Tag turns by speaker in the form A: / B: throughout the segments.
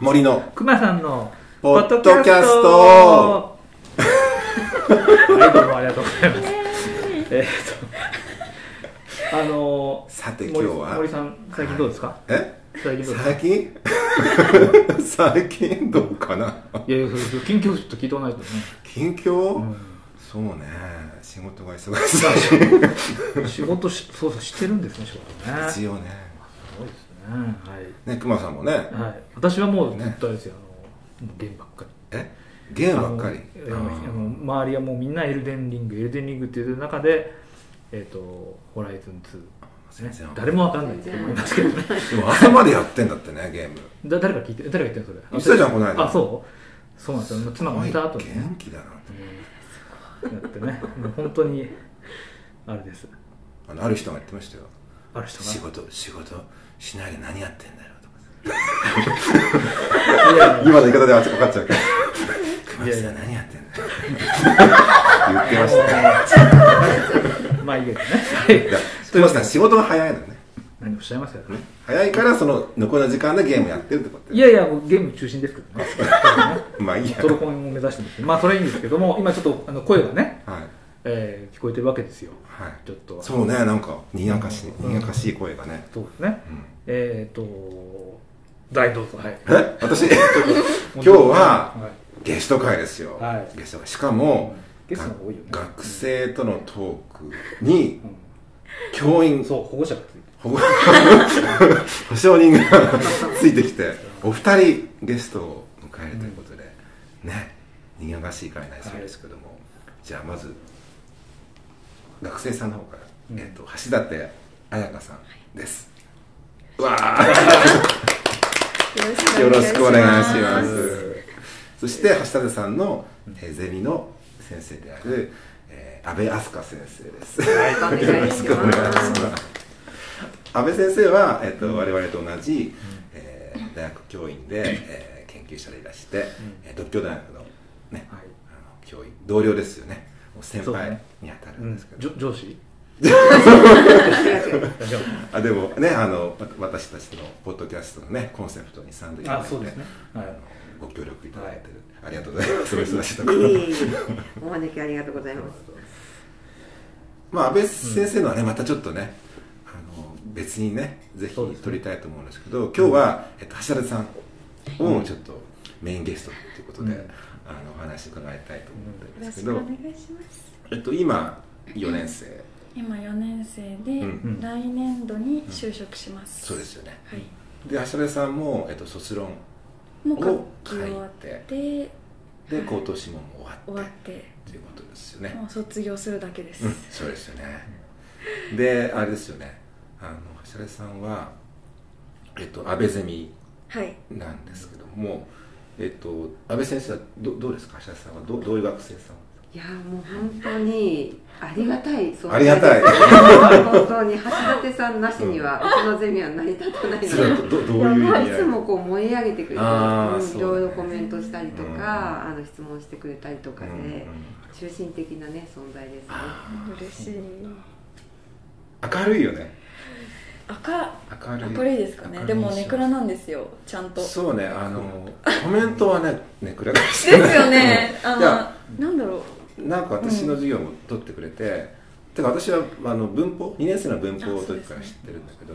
A: 森の
B: くまさんの
A: ポッドキャスト
B: はいどうもありがとうございますえーっとあのー
A: さて
B: 森
A: 今日は
B: 森さん最近どうですか
A: え
B: 最近どうですか
A: 最近 最近どうかない
B: やいやそうそう近況ちょっと聞いておかないとね、
A: 近況、
B: う
A: そうね仕事が忙しい
B: ん、仕事しそうそうしてるんですね仕事ねす
A: 一応ね
B: ごいですね
A: ね熊さんもね
B: はい、はい、私はもうずっとあれですよ、あのもうゲームばっかり
A: えゲームばっかり
B: あのあのあの周りはもうみんなエルデンリングエルデンリングっていう中でえっ、とホライズン2
A: 全然
B: ね誰もわかんないと思いますけどね
A: でも朝までやってんだってねゲーム
B: だ 誰が聞いて誰が言ってんのそれ
A: 言ってたじゃんこの間
B: あそうそうなんですよ妻が寝た後に
A: すごい
B: ね
A: 元気だな
B: うんやってねもう本当にあれです
A: あのある人が言ってましたよ
B: ある人
A: 仕事仕事しないで何やってんだよとか
B: がいやいや
A: 今の言い方で分かっちゃうけど熊
B: いやい
A: さ
B: や
A: ん何やってんだよ言ってましたね
B: まあいいけどねはい
A: いや
B: とい
A: 熊
B: うわけ
A: さん
B: で
A: 仕事が早いのね
B: 何をおっしゃいますか
A: 早いからその残りの時間でゲームやってるってこと
B: いやいやもうゲーム中心ですけどね
A: まあいいや
B: トロコンを目指してますまあそれはいいんですけども今ちょっとあの声がね、
A: はい
B: えー聞こえてるわけですよ
A: はい
B: ちょっと
A: そうねなんかにやかし
B: うん
A: にやかしい声がね、
B: そうですね
A: うん
B: えっ、と大どうぞはい
A: え私 今日は
B: はい
A: ゲスト会ですよ、
B: はい
A: ゲスト会しかも
B: ゲストの方が多いよね
A: が学生とのトークに
B: うん
A: 教員
B: そう保護者がついて
A: 保護保証人がついてきてお二人ゲストを迎えるということで、ねにやかしい会になりそうですけども、じゃあまず学生さんの方から、
B: うん
A: えっと橋立彩香さんです、わあよろしくお願いしますそして橋立さんの、えーゼミの先生である、えー、安倍飛鳥先生です、
C: はい
A: よろしくお願いします安倍先生は、えっと我々と同じ、えー大学教員で、えー研究者でいらして、えー独協大学の,、ね
B: はい
A: あの教員同僚ですよねもう先
B: そうだ
A: 輩
B: ね
A: に当たる
B: うんん
A: ですけど、
B: 上上司
A: あでもねあのわ私たちのポッドキャストのねコンセプトに賛同いただい
B: あ
A: て
B: そうですねは
A: あの
B: い
A: ご協力いただいてる、ありがとうござい ますお忙しいとこ
C: い
A: ろ
C: えいえいえお招きありがとうございます。
A: まあ、安倍先生のはね、またちょっとねあの別にねぜひ
B: そうですね
A: 撮りたいと思うんですけど今日は、えっと、橋田さんをちょっとメインゲストということで、
B: うん
A: あのお話伺いたいと思ってるん
D: よ
A: で
D: ろ
A: すけ
D: しく
A: ど、
D: お願いします
A: えっと、今4年生
D: 今4年生で、
A: うん
D: 来年度に就職します、
A: そうですよね
D: はい
A: で橋田さんも、えっと、卒論
D: もう
A: を
D: 学期
A: 書い
D: 終わってて
A: で今年ももう終
D: 終
A: わ
D: わ
A: っ
D: ってて
A: ということですよね、
D: もう卒業するだけです、
A: うん、そうですよねであれですよねあの橋田さんは、えっと、安倍ゼミ
D: はい
A: なんですけども、えっと、安倍先生はどどうですか、橋田さんはどどういう学生さん
C: いやもう本当にありがたい存
A: あ
C: 在
A: り
C: です
A: がたい、
C: 本当に橋立さんなしにはうちのゼミは成り立たない
A: それ
C: の
A: は
C: で。
A: どどど
C: いう
A: いう意
C: やまあい
A: 味合
C: つもこう燃え上げてくれて、
A: あー
C: うん
A: そう
C: いろいろコメントしたりと
A: うん
C: か、あの質問してくれたりとか
A: う
C: で、
A: んうん
C: 中心的なね存在ですね。
D: 嬉しい
A: 明るいよね、
D: 赤
A: 明るい、
D: 明るいですか
A: 明
D: ね
A: るい
D: でもネクラなんですよちゃんとです
A: そうね、あのコメントはね、ねくらかし
D: よね
A: いや
D: あのなんだろう
A: なんか私の授業も取ってくれて、てか私はあの文法2年生の文法の時から知ってるんだけど、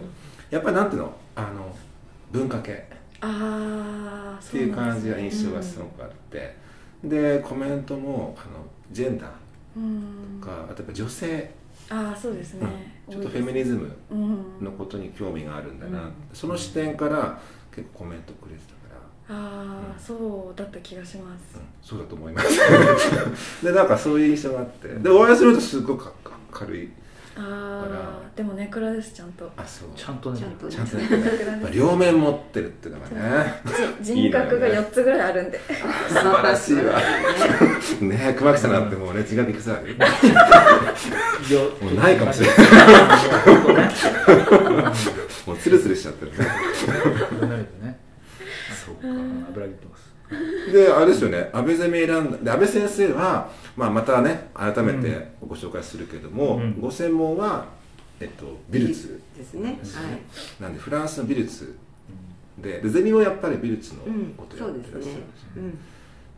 A: やっぱりなんていうのあの文化系っ
D: ああ
A: ていう感じが印象がすごくあって、でコメントもあのジェンダー
D: うん
A: とかあとやっぱ女性、
D: ああそうですね、
A: ちょっとフェミニズム
D: 多いですうん
A: のことに興味があるんだな、
B: うん
A: その視点から結構コメントくれてたから、
D: ああそうだった気がしま
A: う
D: す
A: ん、そうだと思います でなんかそういう印象があってでお会いするとすごくかか軽い
D: ああでもネクラですちゃんと
A: あそう
B: ちゃんとね
C: ちゃんと
A: ちゃんとやってないやっぱ両面持ってるっていうのがね
D: じ人格が4つぐらいあるんで
A: 素晴らしいわ ね熊木さんなんてもうね血がびくさいもうないかも しれ
B: ない本当ね
A: もうツルツルしちゃってるね
B: うん慣れてね
A: そうか
B: 油切ってます
A: であれですよね安倍攻め選んだで安倍先生は、まあ、またね改めてご紹介するけれども、
B: うん
A: ご専門は、えっと、美術
C: ですね。はい。
A: なんでフランスの美術ででゼミもやっぱりビルチの
C: うん
A: ことや
C: そ
A: っ
C: うで
A: て
C: す
A: らっしゃるし、
C: ねうん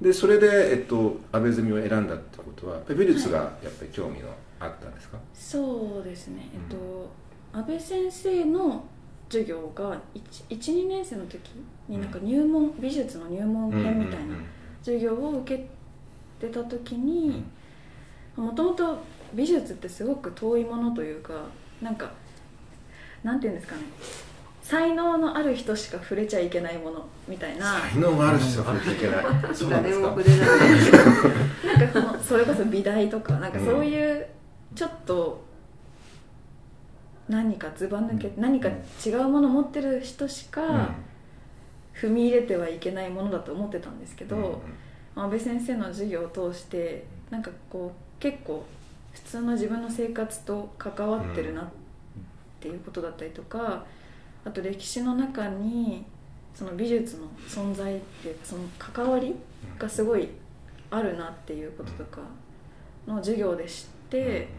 A: でそれで、えっと、安倍ゼミを選んだってことはやっぱり美術がやっぱり興味のあったんですか、
D: そうですねえっと
A: う
D: 安倍先生の授業が12年生の時になんか入門、美術の入門
A: うんうん
D: 編みたいな授業を受けてた時にもともと美術ってすごく遠いものというかなんかなんていうんですかね才能のある人しか触れちゃいけないものみたいな
A: 才能がある人は触れていけないそうなんで
C: 誰
A: す
C: も
A: か
C: 触れない
D: なんかこのそれこそ美大とかなんかそういうちょっと何かずば抜け
B: うん
D: 何か違うもの持ってる人しか踏み入れてはいけないものだと思ってたんですけ
A: うんうん
D: ど安倍先生の授業を通してなんかこう結構普通の自分の生活と関わってるなっていうことだったりとかあと歴史の中にその美術の存在っていうかその関わりがすごいあるなっていうこととかの授業で知って、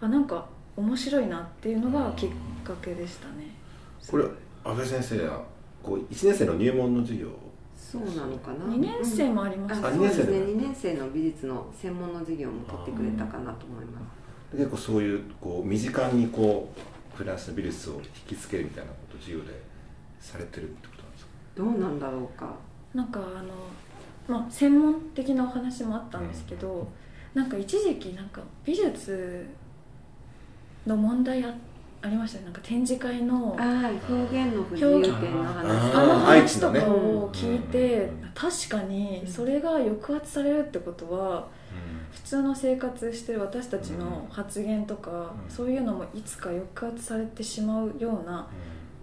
D: あなんか面白いなっていうのがきっかけでしたね
A: これ安倍先生はこう1年生の入門の授業を
C: そうなのかな
D: 2年生もありま
C: あ
D: し
C: そ
D: た、
A: あ
C: う
A: 二
C: で
A: 年生
C: すね
A: で
C: 2年生の美術の専門の授業も取ってくれたかなと思います
A: 結構そういうこう身近にこうフランスの美術を引きつけるみたいなことを授業でされてるってことなんですか
C: どうなんだろうか
D: なんかあの、まあ、専門的なお話もあったんですけど、なんか一時期なんか美術の問題あありましたねなんか展示会の
C: ああ表現の不自由点の
A: あー
D: あの
C: 話
A: 愛
D: 話
A: 知
D: と
A: のね
D: かを聞いて、
A: うん
D: 確かにそれが抑圧されるってことは普通の生活してる私たちの発言とか、
A: うん
D: そういうのもいつか抑圧されてしまうような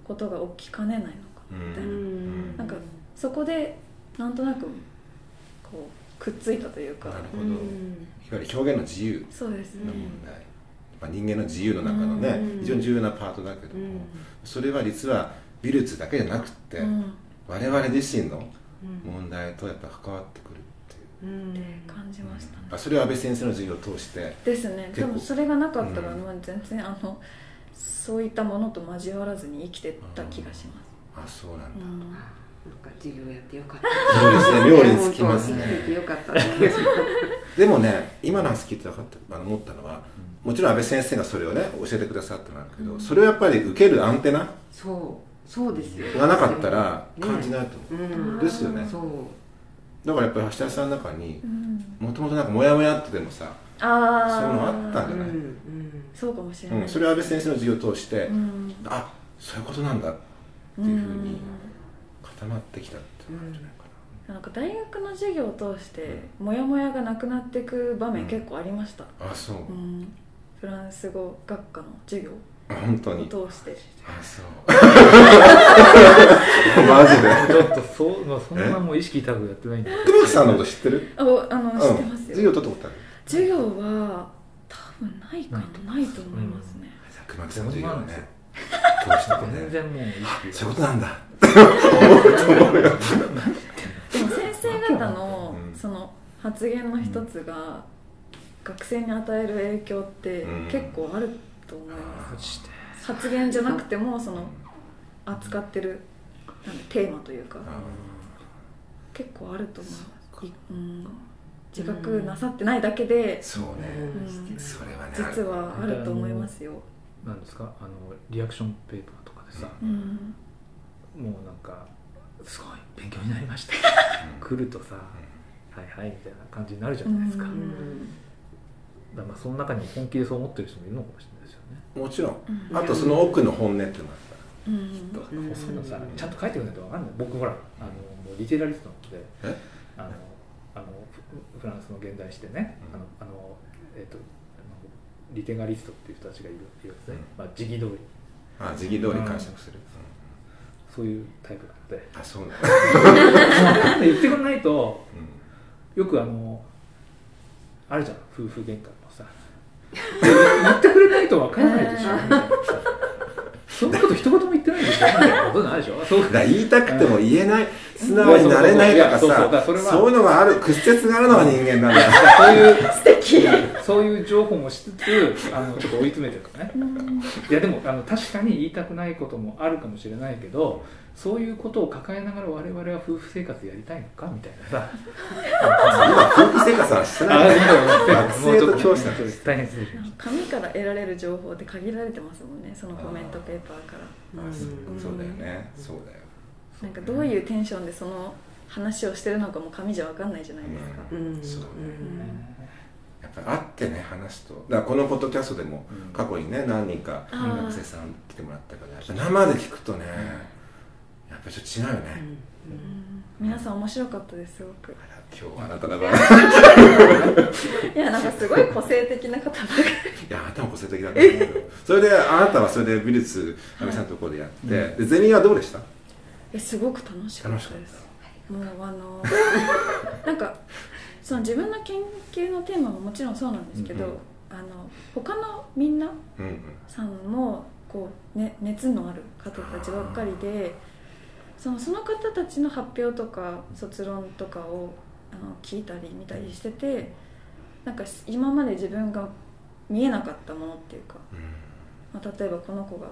D: ことが起きかねないのかみたいな、
A: う
C: うん
D: なんかそこでなんとなくこうくっついたというか
A: なるほ
C: う
A: ど、い
C: ん
A: わゆる表現の自由
D: そうですね
A: の問題、まあ、人間の自由の中のね、
C: うん
A: 非常に重要なパートだけど
C: う
A: も、
C: ん
A: それは実は美術だけじゃなくって、
D: うん、
A: 我々自身の
C: うん
A: 問題とやっぱ関わってくるっていう、
C: うん
D: って感じましたね、
A: あそれは安倍先生の授業を通して
D: ですね
A: 結
D: 多
A: 構
D: 分それがなかったら、
A: うん
D: もう全然あのそういったものと交わらずに生きてた気がしま
A: あ
D: す、
A: そうなんだ、
D: うん
C: なんか授業やってよかっ
A: そうです
C: た
A: ね料理につきます
C: 本当生きてて
A: ね
C: よかったっていう
A: でもね今の話聞いて分かったあの思ったのはもちろん安倍先生がそれをね教えてくださったのあるけど、それをやっぱり受けるアンテナ
C: そうそうですよ
A: がなかったら感じないと思
C: う
A: う、
C: ん
A: ですよね
C: そう
A: だからやっぱり橋田さんの中に
D: うん
A: もともとなんかモヤモヤってでもさ、
D: ああ
A: そういうのあった
C: うん
A: だ
C: ん
A: ね
C: うん
D: そうかもしれ
A: う
D: ない、
A: ん、それは安倍先生の授業を通して、
D: うん
A: あそういうことなんだっていうふうに固まってきたっていうのがあるんじゃないかな、
D: うんなんか大学の授業を通してモヤモヤがなくなっていく場面結構ありました、
A: あそう、
D: うんフランス語学科の授業
A: あ本当に
D: を通して
A: あそう マジで
B: ちょっとそう、まあ、そんなもう意識高くやってないんで
A: 久保木さんのこと知ってる
D: あおあの、知って
A: うん
D: ます
A: 授業
D: よ
A: 取ったことある
D: 授業は多分ないかなないと思いますね、
A: 熊木さんの授業はね通しても
B: 全
A: ね
B: 然もう意識
A: そういうことなんだ
D: でも先生方の
A: うん
D: その発言の一つが学生に与える影響って
A: うん
D: 結構あると思いま
B: マジです
D: 発言じゃなくてもその扱ってるなんだテーマというか
A: あ
D: 結構あると思います
A: そっ
D: いうん自覚なさってないだけで
A: そうね
C: うん
D: うん
C: してない
A: それはね
D: 実はあると思いますよ、
B: なんですかあのリアクションペーパーとかでさ、
D: うん
B: もうなんかすごい勉強になりました
A: うん
B: 来るとさ、はいはいみたいな感じになるじゃないですか,、
D: うん
B: だか
C: うん
B: らまあその中にも本気でそう思ってる人もいるのかもしれないですよね
A: もちろん
D: うん
A: あとその奥の本音っていうのが
D: うん
B: だから
C: うん
B: そういうのさちゃんと書いてくれないとわかんない僕ほらあのもうリテラリストなので
A: え
B: あのあのフフランスの現代史でね
A: うん
B: あのあの、えっとあのリテガリストっていう人たちがいるいるんですね
A: うん、
B: まあ、時期通り
A: あったあ時期通り解釈する、
B: そういうタイプなので
A: あそうなんだ、
B: 言ってくれないと
A: うん
B: よくあのあるじゃん夫婦喧嘩のさ言ってくれないと分からないでしょみたいなそんなこと一言も言ってないでしょみたいなことないでしょそう
A: だから言いたくても言えない、素直になれないとか
B: そうそうそういやそうそうだ
A: さ
B: からそれは
A: そういうのがある屈折があるのが人間なんだ
B: そういう
D: 素敵
B: そういう情報もしつつあのちょっと追い詰めてるからねいやでもあの確かに言いたくないこともあるかもしれないけどそういうことを抱えながら我々は夫婦生活やりたいのかみたいなさ
A: 今夫婦生活はしてないから学 生と教師だ
B: と大変です
D: 紙から得られる情報って限られてますもんねそのコメントペーパーから
A: あそうそうだよねそうだよ
D: なんかどういうテンションでその話をしてるのかも紙じゃ分かんないじゃないですか、
C: うんうん
A: そうね
C: うん
A: やっぱり会ってね話すとだからこのポッドキャストでも過去にね何人か
D: あー
A: 学生さん来てもらったからやっぱ生で聞くとねやっぱりちょっと違うよね
D: うん皆さん面白かったですすごく
A: あら今日はあなただからい
D: いやなんかすごい個性的な方ばか
A: やあなたも個性的だったんだけ どそれであなたはそれで美術阿部さんのところでやってでゼミはどうでした
D: りすごく楽しかった
A: 楽
D: で
A: し
D: す
A: か
D: もうあの なんかその自分の研究のテーマももちろんそうなんですけど、
A: うん
D: あの他のみんな
A: うんうん
D: さんもこう、ね、熱のある方たちばっかりでそのその方たちの発表とか卒論とかをあの聞いたり見たりしててなんか今まで自分が見えなかったものっていうか、まあ、例えばこの子が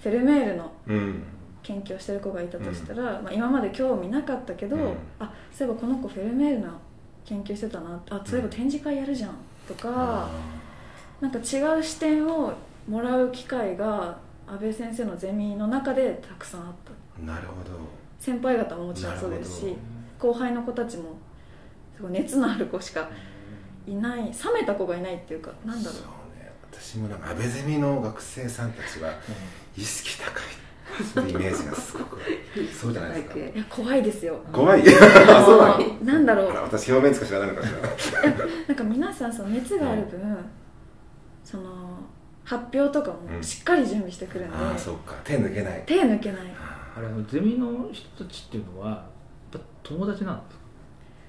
D: フェルメールの
A: うんうん
D: 研究をしてる子がいたとしたら、まあ、今まで興味なかったけど、
A: うん
D: あそういえばこの子フェルメールの研究してたなあそういえば展示会やるじゃんとか、なんか違う視点をもらう機会が安倍先生のゼミの中でたくさんあった
A: なるほど
D: 先輩方ももちろんそうです
A: なる
D: し後輩の子たちもすごい熱のある子しかいない冷めた子がいないっていうかなんだろう
A: そうね私もなんか安倍ゼミの学生さんたちは意識高いそういうイメージがすご くそうじゃないですか
C: 体型
D: いや怖いですよ
A: 怖い あそうなの
D: なんだろ
A: あら
D: う
A: 私表面しか知らないのかしら
D: なんか皆さんその熱がある分、その発表とかもしっかり準備してくるんで、
A: ああそうか手抜けない
D: 手抜けない
B: あれあのゼミの人たちっていうのはやっぱ友達なん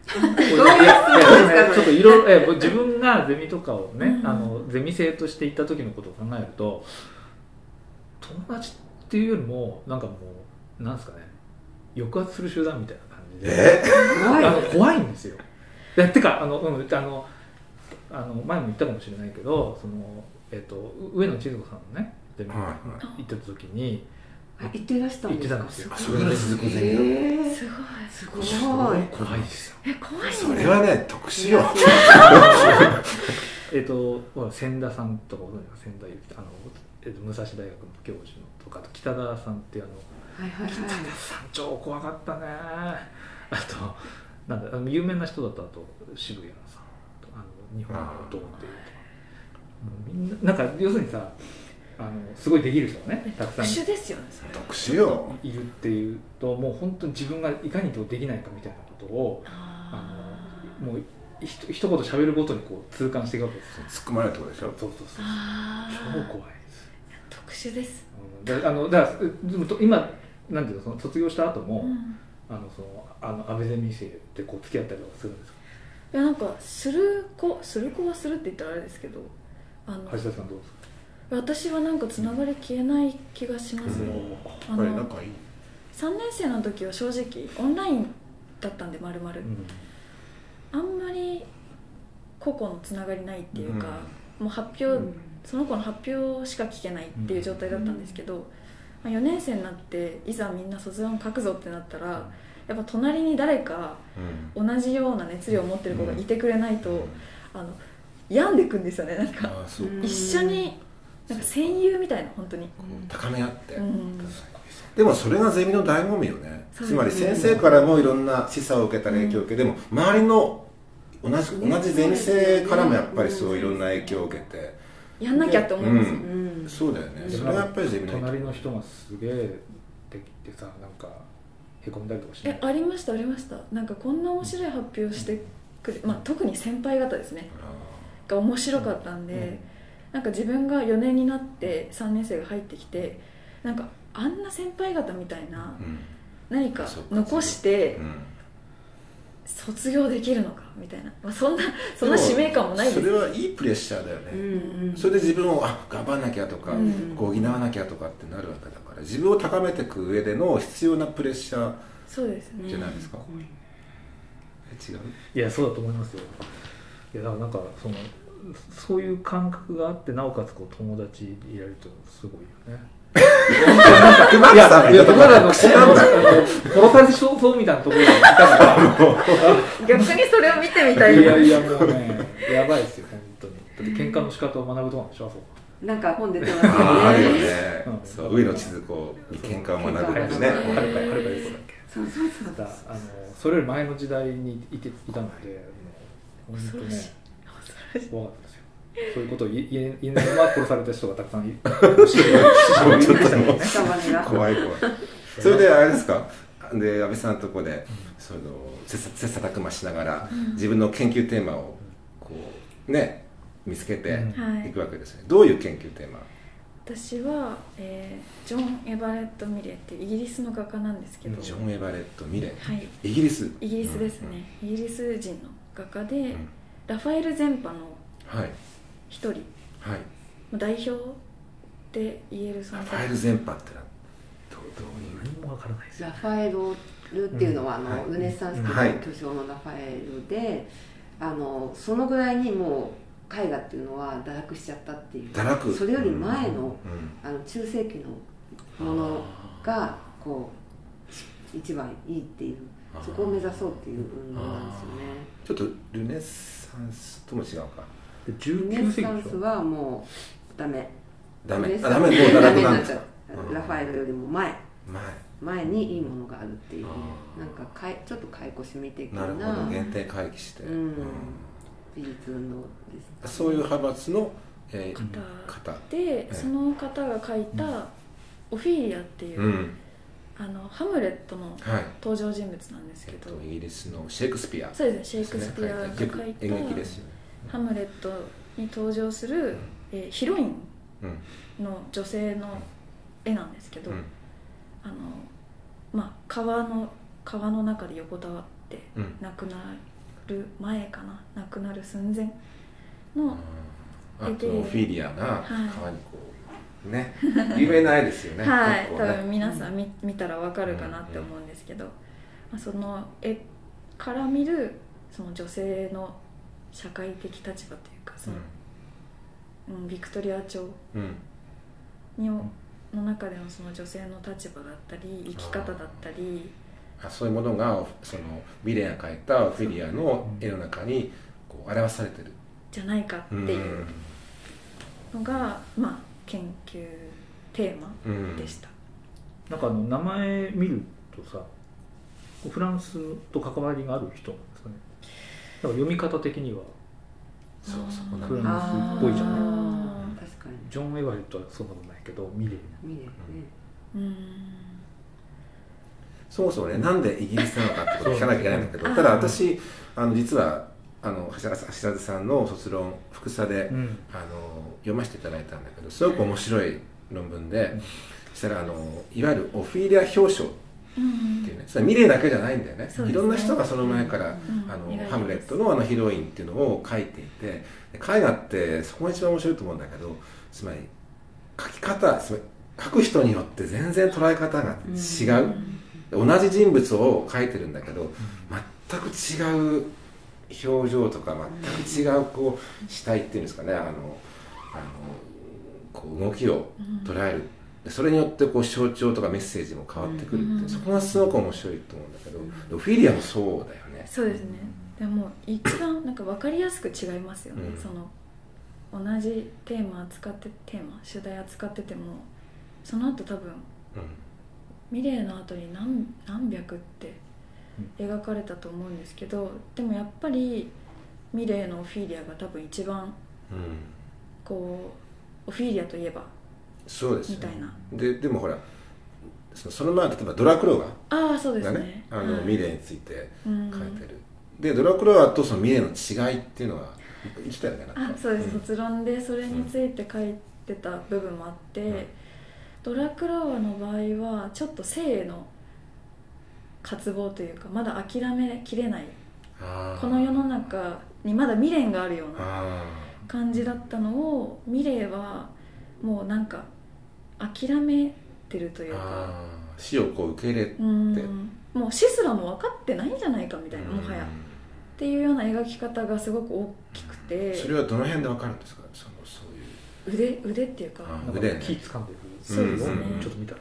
B: ですか
C: どういう質問ですか
B: いやいやちょっといろいろえ自分がゼミとかをね、
D: うん
B: あのゼミ生として行った時のことを考えると友達っていうよりもなんかもうなんですかね抑圧する集団みたいな感じで
A: え
C: 怖い
B: あの怖いんですよ。いやてかあの、うん、あのあの前も言ったかもしれないけどその、えっとう上野千鶴子さんのねゼミ
A: はいは
B: 行った時に、
C: あ行ってらしたん
B: 行
C: です
B: ってたん
C: か
B: ですよ
A: あそれぐらい続くんだ
C: へー
D: すごい
C: すご
B: す
C: い
B: ごい怖いですよ。
D: え怖いんだ
A: それはね特殊よ
B: えっ、とほら千田さんとかご存知ですか千田ゆきあの、えっと武蔵大学の教授のとかあと北田さんっていうあの
C: はいはいはい
B: 山頂怖かったねあとなんだあの有名な人だったあと渋谷さんとあの日本のどうっていうともうみんななんか要するにさあのすごいできる人がねたく
D: 特
B: さ
D: 殊ですよねそれ
A: 特殊よ
B: んいるっていうともう本当に自分がいかにどうできないかみたいなことをあのもうひと一言喋るごとにこう痛感していくわけですよ
A: 突っ込まれるとこでしょ
B: そうそうそう
D: あ
B: 超
D: ー
B: 怖いです
D: 特殊です、
B: うんだあのだからうでもと今なんていうのその卒業した後も、
D: うん
B: あのそのあの安倍ゼミ生でこう付き合ったりとかするんですか
D: いやなんかする子する子はするって言ったらあれですけどあの
B: 橋田さんどうですか
D: 私はなんかつながり消えない気がしますね、あ
A: こ
D: の
A: れ仲いい
D: 3年生の時は正直オンラインだったんでまるまる
B: ん
D: あんまり個々のつながりないっていうか、もう発表、その子の発表しか聞けないっていう状態だったんですけど、まあ、4年生になっていざみんな卒論書くぞってなったらやっぱ隣に誰か
A: うん
D: 同じような熱量を持ってる子がいてくれないと、あの病んでいくんですよねなんか
A: ああそう
C: うん
D: 一緒になんか戦友みたいな本当に
A: こう高め合って
D: うん
A: でもそれがゼミの醍醐味よね
D: そうですね
A: つまり先生からもいろんな示唆を受けたり影響を受けてでも周りの同じ同じゼミ生からもやっぱりそういろんな影響を受けて
D: やんなきゃって思いますよ
A: う
C: うん
D: ね、
C: ん
A: そうだよねそれがやっぱりゼミの
B: 隣の人がすげえできてさなんかへこんだりとかしない
D: えありましたありましたなんかこんな面白い発表してくれ、まあ、特に先輩方ですねが面白かったんで、なんか自分が4年になって3年生が入ってきてなんかあんな先輩方みたいな
A: うん
D: 何か
A: そうか
D: 残して
A: うん
D: 卒業できるのかみたいな、まあ、そんなそんな使命感もないです
A: それはいいプレッシャーだよ
C: う
A: ね、
C: ん
A: それで自分をあ頑張んなきゃとか、
D: うん
A: こう補わなきゃとかってなるわけだから自分を高めていく上での必要なプレッシャー
D: そうですね
A: じゃないですか、え違う
B: いやそうだと思いますよいやだからなんかそのそういう感覚があってなおかつこう友達いられるとすごいよね
A: 熊
B: い
A: 田さんが
B: やい
A: 言
B: や
A: った
B: 僕
A: こ
B: らの
A: と
B: この殺されそうみたいなところがいたから
D: 逆にそれを見てみたい
B: い
D: な
B: やいやもうねやばいですよ本当にだって喧嘩の仕方を学ぶとこなんでしょあそこ
C: なんか本出てます
A: あーあるよ
C: よね。
A: ね
B: うん
A: そう上野千鶴子に喧嘩を学ぶってね
B: はるかはるかよこだっけ
C: そうそうそう。
B: ただあのそれより前の時代にいていたのでもう
D: 恐ろしい
B: 怖かったですよそういうことを言え言え言えないまま殺された人がたくさんいる死者がいる
A: ちょっとでも
C: 仲間が。
A: 怖い怖いそれであれですかで安倍さんのとこでその切磋切磋琢磨しながら自分の研究テーマをこうね見つけて
D: はいい
A: くわけですねどういう研究テーマ
D: 私は、えージョン・エバレット・ミレーっていうイギリスの画家なんですけど、
A: ジョン・エバレット・ミレ
D: はい
A: イギリス
D: イギリスですね、イギリス人の画家で、
A: うんうん
D: ラファエル全般の
A: はい
D: 一人
A: はい
D: 代表って言える
A: ラ
D: 存
A: ファエル
D: 在
A: 全般ってのはどどういう
B: 何もわからないですよ
C: ラファエルっていうのは、あの
A: はい
C: ルネサンス期
A: はい
C: の巨匠のラファエルで、あのそのぐらいにもう絵画っていうのは堕落しちゃったっていう
A: 堕落
C: それより前の,、
A: うん
C: あの中世紀のものがこう一番いいっていう
A: あー
C: そこを目指そうっていう運動なんですよね
A: ちょっとルネサンスとも違うか
B: で
C: ルネ
B: 19世
C: サン
B: 紀でし
C: ス
B: ょ
C: はもうダメ
A: ダメ
C: ルネ
A: あ
C: サンス
A: ダメもう堕
C: ダメ
A: 落
C: に
A: なんで
C: なっち
A: す
C: ゃ
A: か
C: うラファエルよりも前
A: 前
C: 前にいいものがあるっていう
A: あー
C: なんかかいちょっと解雇主義的な
A: なるほど限定回帰して、
C: うん美術運動です、ね、
A: そういう派閥の、えー
D: 方
A: 方
D: で
A: え
D: その方が描いたオフィーリアっていう、
A: うん
D: あのハムレットの
A: はい
D: 登場人物なんです
A: え
D: け
A: っ
D: ど、
A: とイギリスのシェイクスピア
D: そうですねシェイクスピアが
A: ですね
D: 描いた
A: 演劇ですよね
D: ハムレットに登場する、えーヒロイン
A: うん
D: の女性の絵なんですけど、
A: うん
D: あのまあ川の川の中で横たわって
A: うん
D: 亡くなる前かな亡くなる寸前の
A: あ
D: で
A: とオフィリアが
D: はい
A: 川にこうね有名な絵ですよね
D: はい、
A: 結
D: 多
A: 構ね
D: 分皆さん見,、見たらわかるかなって思うんですけど、まあ、その絵から見るその女性の社会的立場というかその、うん、ビクトリア朝
A: うんうん
D: にの中でのその女性の立場だったり生き方だったり
A: あそういうものがそのミレアが描いたオフィリアの絵の中にこう表されてる
D: じゃないかっていうのが、まあ、研究テーマ
A: うん
D: でした、
B: なんかあの名前見るとさフランスと関わりがある人なんですかねだから読み方的には
A: そうそこなん
B: フ
A: だ
B: ランスっぽいじゃない
C: あー確かに
B: ジョン・エヴァレットはそんなことないけどミレー
C: 見れるね
D: うん
A: そもそもね、なんでイギリスなのかってことを聞かなきゃいけないんだけど、
D: そう
A: ただ私、あの実はあの橋田さん橋田さんの卒論、副査で、
B: うん
A: あの読ませていただいたんだけど、すごく面白い論文で、
B: うん
A: そしたらあの、いわゆるオフィリア表彰
D: うん
A: っていうね、それはミレーだけじゃないんだよね、
D: そうですね
A: いろんな人がその前から、
D: ん
A: あの
D: 意外です
A: ハムレットのあのヒロインっていうのを書いていて、で絵画ってそこが一番面白いと思うんだけど、つまり、描き方、つまり描く人によって全然捉え方が違う。同じ人物を描いてるんだけど全く違う表情とか全く違うこう死体っていうんですかねあのあのこう動きを捉えるでそれによってこう象徴とかメッセージも変わってくるっていううんそこがすごく面白いと思うんだけどでフィリアもそうだよね
D: そうですねでも一番なんか分かりやすく違いますよね、
A: うん
D: その同じテーマ扱ってテーマ主題扱っててもその後多分
A: う
D: ミレーの後に何何百って描かれたと思うんですけどでもやっぱりミレーのオフィリアが多分一番
A: ん、うん、
D: こうオフィリアといえば
A: そうです
D: み
A: よ
D: た
A: ね
D: いな
A: ででもほらそのその前例えばドラクロ
D: ああそうで
A: ガが
D: す
A: ね
D: ね
A: あの
D: はい
A: ミレーについて
D: うん
A: 書いてる、でドラクロワとそのミレーの違いっていうのは言ってたよねなん
D: あ
A: か
D: そうです、
A: ん
D: 卒論でそれについて書いてた部分もあって、
A: うん
D: ドラクロワの場合はちょっと性への渇望というかまだ諦めきれない
A: あー
D: この世の中にまだ未練があるような
A: あ
D: 感じだったのをミレーはもうなんか諦めてるとい
A: ー
D: うか
A: あー死をこう受け入れ
D: うんもう死すらも分かってないんじゃないかみたいなもはや、っていうような描き方がすごく大きくて
A: それはどの辺でわかるんですかそのそういう
D: 腕腕っていうか、
A: あ
B: なん
A: 腕
B: か木掴んでる
D: そうですね
B: ちょっと見たら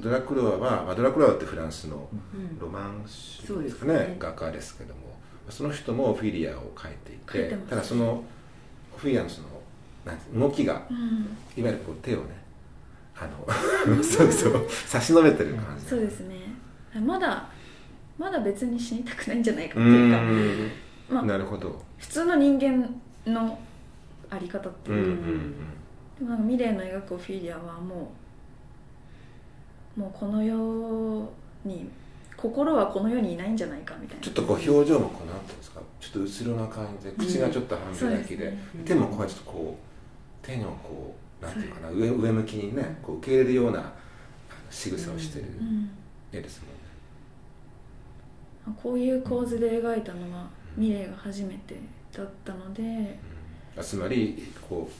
A: ドラクロワは、まあ、ドラクロワってフランスの
C: うん
A: ロマン史ですか
C: そうで
A: ね
C: すね
A: 画家ですけどもその人もオフィリアを描いていて
D: 描いてますね
A: ただそのオフィリアのそのなんていうの動きが
D: うん、
A: いわゆるこう手をねあの そうそう差し伸べてる感じ
D: そうですねまだまだ別に死にたくないんじゃないか
A: う
D: っていう
A: ーん
D: かまあ、
A: なるほど
D: 普通の人間のあり方って
A: うん
D: いうう、
A: んう
D: で
A: ん
D: もなんかミレーの描くオフィリアはもうもうこの世に心はこの世にいないんじゃないかみたいな
A: ちょっとこう表情もこうなんていうんですかちょっと後ろな感じで口がちょっと半開きで,、
D: うんそうで
A: 手もこうやってちょっとこう手のこうなんていうかな上上向きにねこう受け入れるようなあの仕草をしてる
D: うん
A: 絵ですもんね、
D: こういう構図で描いたのはミレーが初めてだったので
A: うんつまりこう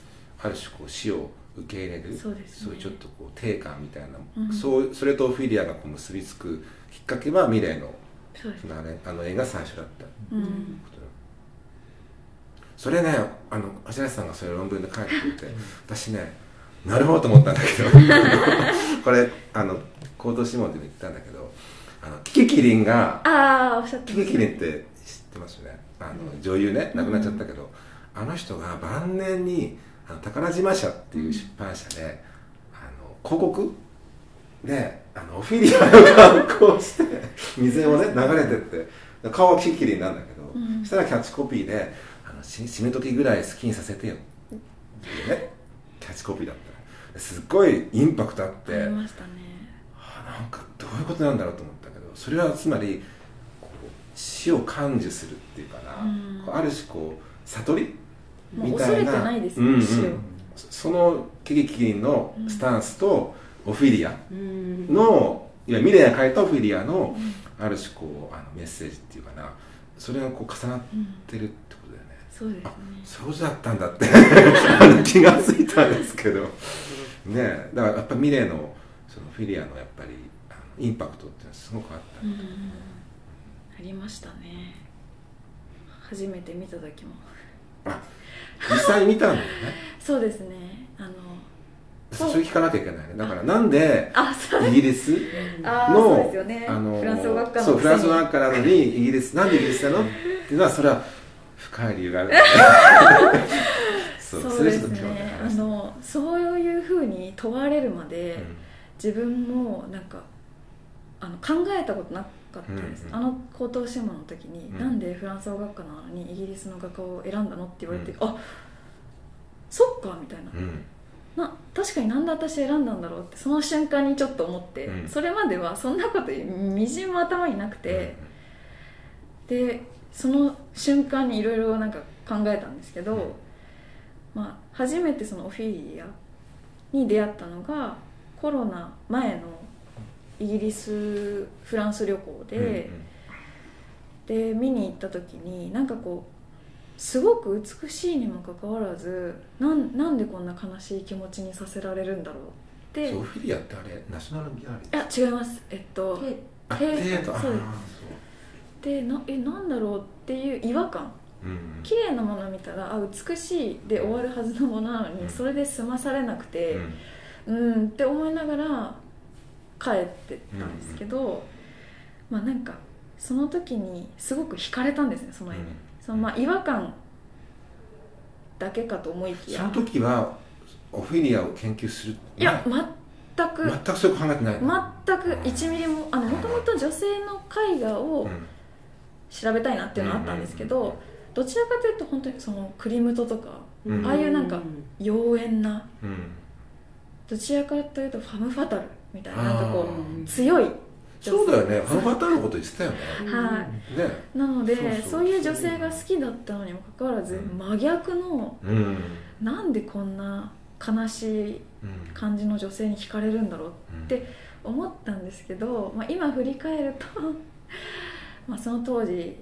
A: ある種こう死を受け入れる
D: そうですね
A: いうちょっとこう定感みたいな、
D: うん
A: そうそれとオフィリアがこう結びつくきっかけはミレーの
D: そうです
A: そ、のあれあの絵が最初だった
D: うん、
A: それねあの橋梨さんがそれ論文で書いてくれて私ねなるほどと思ったんだけどこれあの口頭諮問でも言ったんだけどあのキキキリンが
D: ああおっしゃって
A: キ
D: ま
A: キキ
D: した
A: リンって知ってますよねあの女優ね亡くなっちゃったけど、あの人が晩年にあの宝島社っていう出版社で、あの広告であのオフィリアの格好を して水をね流れてって顔はキキキリンなんだけど、
D: うん
A: そしたらキャッチコピーであの死死ぬ時ぐらい好きにさせてよっていうねキャッチコピーだったすっごいインパクトあって、
D: ありましたね
A: あなんかどういうことなんだろうと思ったけどそれはつまりこう死を感受するっていうかな、
D: うん
A: こうある種こう悟り
D: もう
A: みた
D: 恐れ
A: い
D: て
A: な
D: ないです
A: うんう
D: ね
A: ん
D: 死を、
A: そそのキキキリンのスタンスとオフィリア
C: うん
A: の、いやミレイが書いたオフィリアの
D: うん
A: ある種こうあのメッセージっていうかなそれがこう重なっ
D: うん
A: てるってことだよね
D: そうですね
A: そうだったんだってあの気がついたんですけどねえだからやっぱミレーのそのフィリアのやっぱりあのインパクトっていうのはすごくあった、
D: うんありましたね初めて見た時も
A: 実際見たんだよね
D: そうですねあの
A: そうそれ聞かなきゃいけないねだからなんで
D: あそう
A: イギリス
D: あーそう
A: の
D: ですよね
A: あの
D: フランス語学科の
A: そう
D: く
A: フ
D: せ
A: ラン
D: に
A: ス語学科なのにイギリスなんでイギリスなのっていうのはそれは深い理由 があるそ
D: そうで
A: それ
D: す
A: ちょっと今日
D: ねあ
A: 話して
D: のそういうふうに問われるまで、自分もなんかあの考えたことなかったです、
A: うんうん
D: あの口頭諮問の時に、
A: うん
D: なんでフランス語学科なのにイギリスの画家を選んだのって言われて、
A: うん
D: あそっかみたいな,、
A: うんうん
D: な確かになんで私選んだんだろうってその瞬間にちょっと思って、
A: うん
D: それまではそんなことみじんも頭になくて、でその瞬間にいろいろなんか考えたんですけど、
A: うん
D: まあ、初めてそのオフィリアに出会ったのがコロナ前のイギリスフランス旅行
A: う
D: で、
A: んうん
D: で見に行った時になんかこうすごく美しいにもかかわらずなんなんでこんな悲しい気持ちにさせられるんだろうって
A: そうフィリアってあれナショナルギャラリー
D: あ違いますえっと
C: で
A: あ
D: テープ
A: テープあー
D: そ
A: そうう
D: ですでなえなんだろうっていう違和感
A: うん
D: 綺麗なもの見たらあ美しいで終わるはずのものなのにそれで済まされなくて、
A: うん
D: うんって思いながら帰ってったんですけど、まあなんかその時にすごく惹かれたんですねその絵に、
A: うん
D: そのまあ違和感だけかと思いき
A: その
D: や
A: 時はオフィリアを研究する
D: いや全く
A: 全くそういうこと考えてないの
D: 全く1ミリもあのもともと女性の絵画を
A: うん
D: 調べたいなっていうのはあったんですけど、
A: うんうんうん
D: どちらかというと本当にそのクリムトとか
A: うん
D: ああいうなんか
C: ん
D: 妖艶な
A: うん
D: どちらかというとファム・ファタルみたいななんかこ
A: あ
D: う
A: ー
D: 強い女性
A: そうだよねファンファターのこと言ってたよね
D: はい
A: ね
D: なので
A: そ
D: そうう
A: そう
D: いう女性が好きだったのにもかかわらず、
A: うん
D: 真逆の
A: うんうん
D: なんでこんな悲しい感じの女性に惹かれるんだろう
A: うん
D: でと思ったんですけど、まあ、今振り返ると まあその当時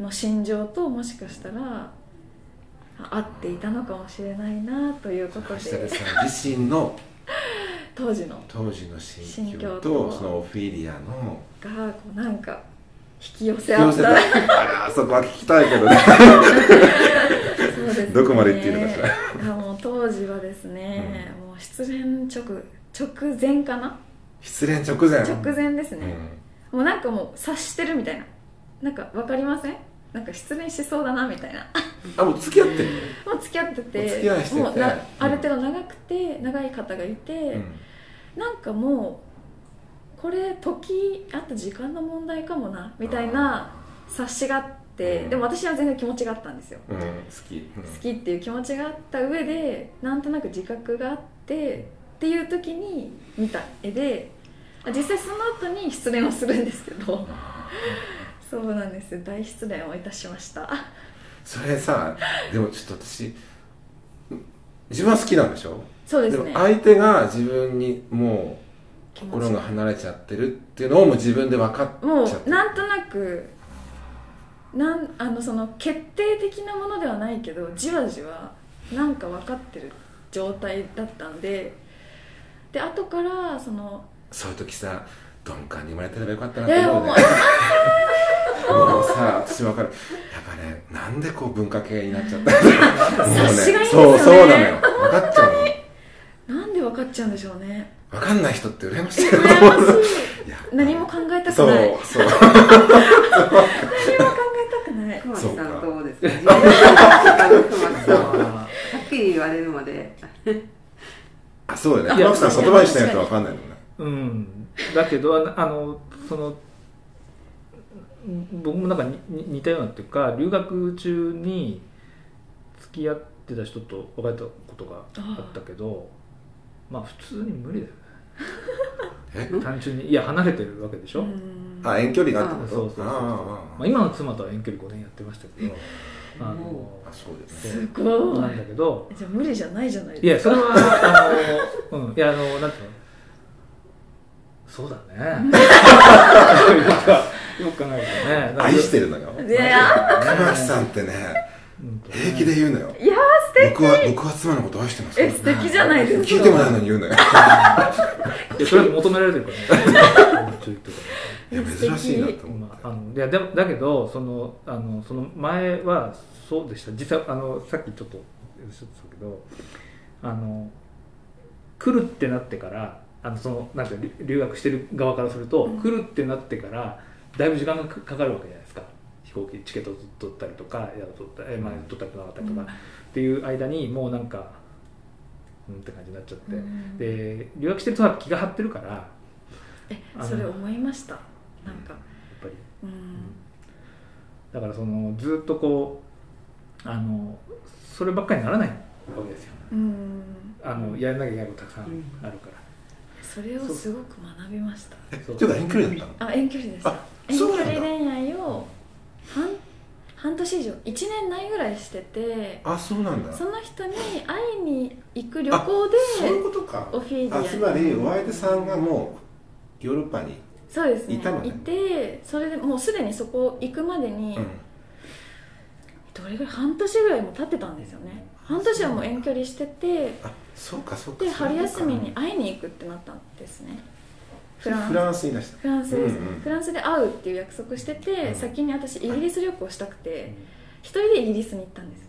D: の心情ともしかしたらあ合っていたのかもしれないなということ
A: 橋田
D: で
A: さん自身の
D: 当時の
A: 当時の心
D: 心境
A: 境と
D: と
A: そのオフィリアの
D: がこうなんか引き寄せ合
A: 寄
D: っ
A: せ
D: た
A: たあらそこは聞きたいけど ね
D: そうですね
A: どこまで行っていいのかしら
D: あもう当時はですね、もう失恋直直前かな
A: 失恋直前
D: 直前です
A: う
D: ね、
A: ん
D: もうなんかもう察してるみたいななんかわかりませんなんか失恋しそうだなみたいな
A: あもう付き合ってる
D: もう付き合ってて
A: お付き合いしてて
D: もうな
A: うん
D: ある程度長くて長い方がいて、
A: うん
D: なんかもうこれ時あと時間の問題かもなみたいな察しがあって、
A: うん
D: でも私は全然気持ちがあったんですよ
A: うん好きうん
D: 好きっていう気持ちがあった上でなんとなく自覚があってっていう時に見た絵であ実際その後に失恋をするんですけ どそうなんです大失恋をいたしました
A: それさでもちょっと私自分は好きなんでしょ
D: そうです
A: でも
D: ね
A: 相手が自分にもう
D: 気持
A: 心
D: ち
A: が離れちゃってるっていうのをもう自分で分かっ
D: も
A: ちゃって
D: う
A: る
D: なんとなくなんあのその決定的なものではないけどじわじわなんか分かってる状態だったんでで後からその
A: そういう時さ鈍感に生まれてればよかった
D: 「
A: な
D: え
A: と
D: ー
A: 思う
D: も
A: ね
D: う
A: もうさ私分かるやっぱねなんでこう文化系になっちゃったもうね
D: 察しがいいんですよ
A: そう
D: ね
A: そうなのよ分かっちゃうの
D: なんで分かっちゃうんでしょうね
A: 分かんない人って羨ましいよ
D: 羨まし
A: いや
D: い何も考えたく
A: そう
D: ない何も考
A: そう
D: えたくない
C: 熊木
A: そうか
C: さんどうですか自分の熊木さんはは
B: あ
C: っきり言われるまで
A: あそうよね
B: い
A: 黒
B: や
A: 木さん言葉にしないと分かんないのね
B: ーうんだけどあのあのその僕もなんかにに似たようなっていうか留学中に付き合ってた人と別れたことがあったけどまあ普通に無理だよ
A: え
B: ね単純にいや離れてるわけでしょ、
D: うん
A: あ遠距離があってこと
B: そうそうそうそう
A: ああ
B: ま
A: あ
B: あ、今の妻とは遠距離5年やってましたけどあの
A: ああそうですね
D: す
B: そう
D: ご
B: ないんだけど
D: じゃあ無理じゃないじゃない
B: い
D: で
B: や
D: す
B: それはあのうんいやあのなんていうのそうだねよく考えるとね
A: 愛して
B: る
A: るのよ
D: かいや
A: 高橋さんってね平気で言うのよ
D: いや
A: 僕は僕は妻のこと愛してます
D: え素敵じゃないです
A: 聞
D: か
A: いてもないのに言うの よ
B: いやそれは求められてるからねちょいとかね
A: いや珍しいなと思っ
B: ま
A: て
B: あ、あのいやでもだけどそのあのその前はそうでした実際あのさっきちょっとおっしゃってたけどあの来るってなってからあのそのなんていうの留学してる側からすると、
D: うん
B: 来るってなってからだいぶ時間がかかるわけじゃないですか飛行機チケット取ったりとか宿取った,、えまあ、取ったりとかなかったりとか、
D: うん
B: っていう間にもうなんかうんって感じになっちゃって、
D: うん
B: で留学してるとは気が張ってるからやっ
D: えそれ思いましたなんか
B: ぱり。
D: うん
B: だからそのずっとこうあのそればっかりならないわけですよ
D: うん
B: あのやらなきゃいけないことたくさん
C: うん
B: あるから、
D: それをすごく学びました
A: えちょっと遠距離だったの
D: あ遠距離です
A: あ
D: 遠
A: そうな
D: 距
A: んだ
D: 離恋愛を半半年以上1年ないぐらいしてて
A: あそうなんだ
D: その人に会いに行く旅行で
A: そういうことか
D: オフィリア
A: あつまりお相手さんがもうヨーロッパに
D: そうですね
A: いたのね
D: てそれでもうすでにそこ行くまでに、どれぐらい半年ぐらいも経ってたんですよね半年はもう遠距離してて
A: あそうかそうか
D: で
A: そう
D: 春
A: いうこと
D: 休
A: か
D: みに会いに行くってなったんですねフラン
A: フ
D: ス
A: ランスに出した
D: フランスです、
A: うんうん
D: フランスで会うっていう約束してて、
A: うん
D: 先に私イギリス旅行したく
B: う
D: て
B: ん
D: 一人でイギリスに行ったんです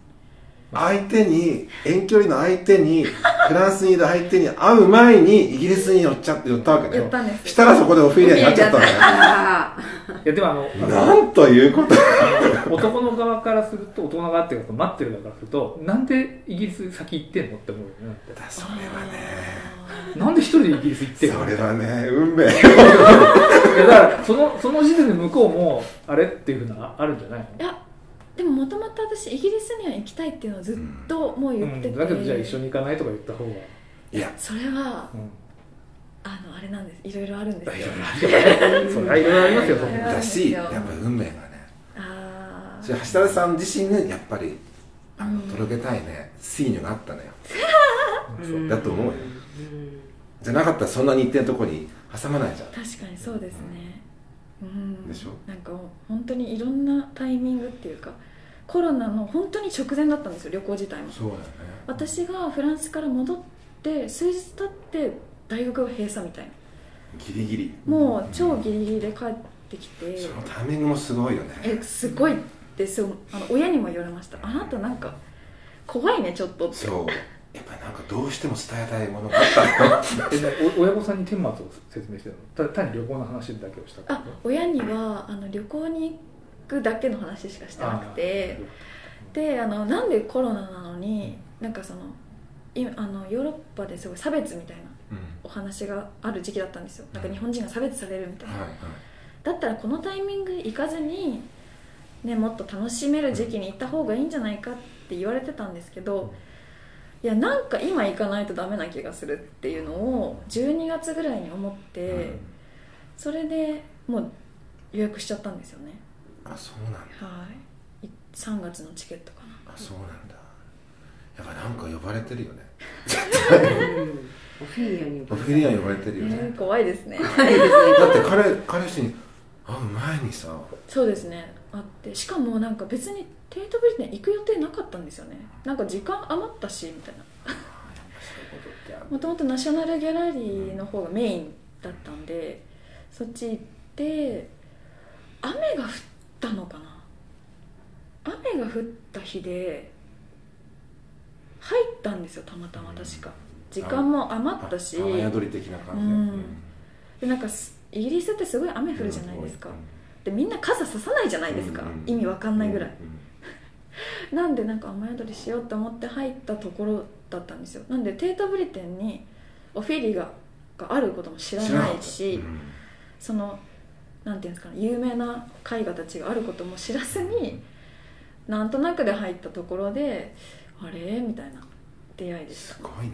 A: 相手に遠距離の相手にフランスにいる相手に会う前にイギリスに寄っちゃ寄ったわけだ
D: やっ
A: よ
D: たんです
A: したらそこでオフィリアになっちゃったのよ
C: ああ
B: いやでもあのあの
A: なんということ
B: 男の側からすると男の側っていうかその待ってる側からするとなんでイギリス先行ってんのって思うよねだ
A: だそれはね
D: あ
B: ってなんで一人でイギリス行ってんの
A: それはね運命
B: いやだからそのその時点で向こうもあれっていうふうなあるんじゃないの
D: ーいやでももともと私イギリスには行きたいっていうのをずっともう
B: う
D: 言っ
B: ん、
D: てて、
B: だけどじゃあ一緒に行かないとか言った方が、
A: いや
D: それは
B: うん、
D: あのあれなんですいろいろあるんですよ
B: いろいろあるよ そりゃいろいろありますよそんな
A: だしやっぱ運命がね
D: あ
A: そ
D: ー
A: れ橋田さん自身ねやっぱりあの
D: うん
A: とろけたいね水乳があったのよ
C: うん
A: だと思うよ
C: ん
A: じゃなかったらそんな日程のとこに挟まないじゃん
D: 確かにそうですねうん
A: でしょ
D: なんかもう本当にいろんなタイミングっていうかコロナの本当に直前だったんですよ旅行自体も
A: そうだよね
D: 私がフランスから戻って数日経って大学が閉鎖みたいな
A: ギリギリ
D: もう超ギリギリで帰ってきて、
A: そのタイミングもすごいよね
D: えすごいですよあの親にも言われましたあなたなんか怖いねちょっとって
A: そうやっぱりなんかどうしても伝えたいものがあった の
B: えなお親御さんに天末を説明してるのた単に旅行の話だけをしたって
D: あ親にはあの旅行に行くだけの話しかしてなくてであのなんでコロナなのになんかその今あのヨーロッパですごい差別みたいな
A: うん
D: お話がある時期だったんですよなんか日本人が差別されるみたいな、
A: はいはい
D: だったらこのタイミング行かずに、ね、もっと楽しめる時期に行った方がいいんじゃないかって言われてたんですけど、いやなんか今行かないとダメな気がするっていうのを12月ぐらいに思って、それでもう予約しちゃったんですよね
A: あそうなんだ
D: はいい3月のチケットか
A: あ
D: な
A: そうなんだやっぱなんか呼ばれてるよね
C: うんオフィリアに
A: オフィリア
C: に
A: 呼ばれてるよね、
D: えー怖いですね
A: だって彼彼氏に会う前にさ
D: そうですねあってしかもなんか別にテートブリテン行く予定なかったんですよねなんか時間余ったしみたいな
A: そういうことってある
D: もともとナショナルギャラリーの方がメインだったんでそっち行って雨が降ったのかな雨が降った日で入ったんですよたまたま確か時間も余ったし
A: 雨宿り的な感じ、
D: うんでなんかすイギリスってすごい雨降るじゃないですかでみんな傘ささないじゃないですか
A: うんうん
D: 意味わかんないぐらい
A: うん
D: なんでなんか雨宿りしようと思って入ったところだったんですよなんでテータブリテンにオフィリががあることも知らないし、
A: うん
D: そのなんていうんですかね有名な絵画たちがあることも知らずになんとなくで入ったところであれみたいな出会いでし
A: すごい ね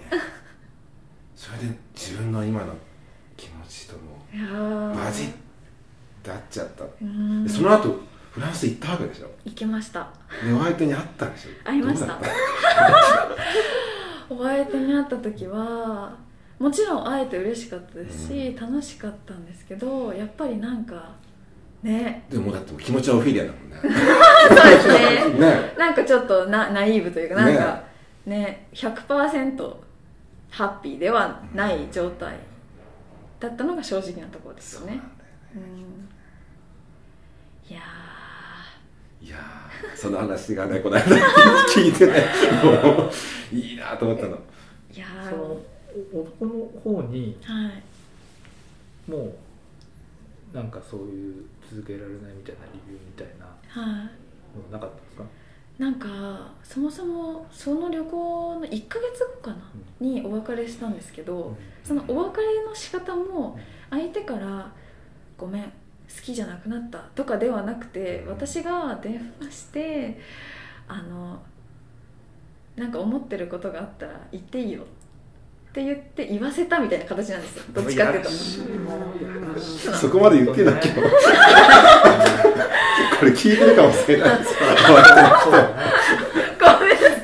A: それで自分の今の気持ちとも
D: たいやー
A: バジッて合っちゃった、
D: うーん
A: でその後フランス行ったわけでしょ
D: 行きました
A: でお相手に会ったでしょ
D: 会いました
A: どうだっ
D: お相手に会った時はもちろん会えて嬉しかったですし、
A: う
D: 楽しかったんですけどやっぱりなんかね
A: でもだってもう気持ちはオフィリアだも んね
D: そうですね
A: ね
D: なんかちょっとなナイーブというかなんかね100%ハッピーではない状態だったのが正直なところです
A: そうな
D: よ
A: んだ
D: ね
A: よね
D: うんいや
A: いやーその話がねこの間聞いてねもういいなと思ったの
D: ーいや
B: そ
D: ー
B: のお男の方に
D: はい
B: もうなんかそういう続けられないみたいな理由みたいな
D: はい
B: ものなかったんですか
D: なんかそもそもその旅行の1ヶ月後かなにお別れしたんですけどそのお別れの仕方も相手から「ごめん好きじゃなくなった」とかではなくて私が電話して「あのなんか思ってることがあったら言っていいよ」って言って言わせたみたいな形なんですよどっちかっていうと
A: そこまで言ってんだっけこれ聞いてるかもしれないです
B: そうだね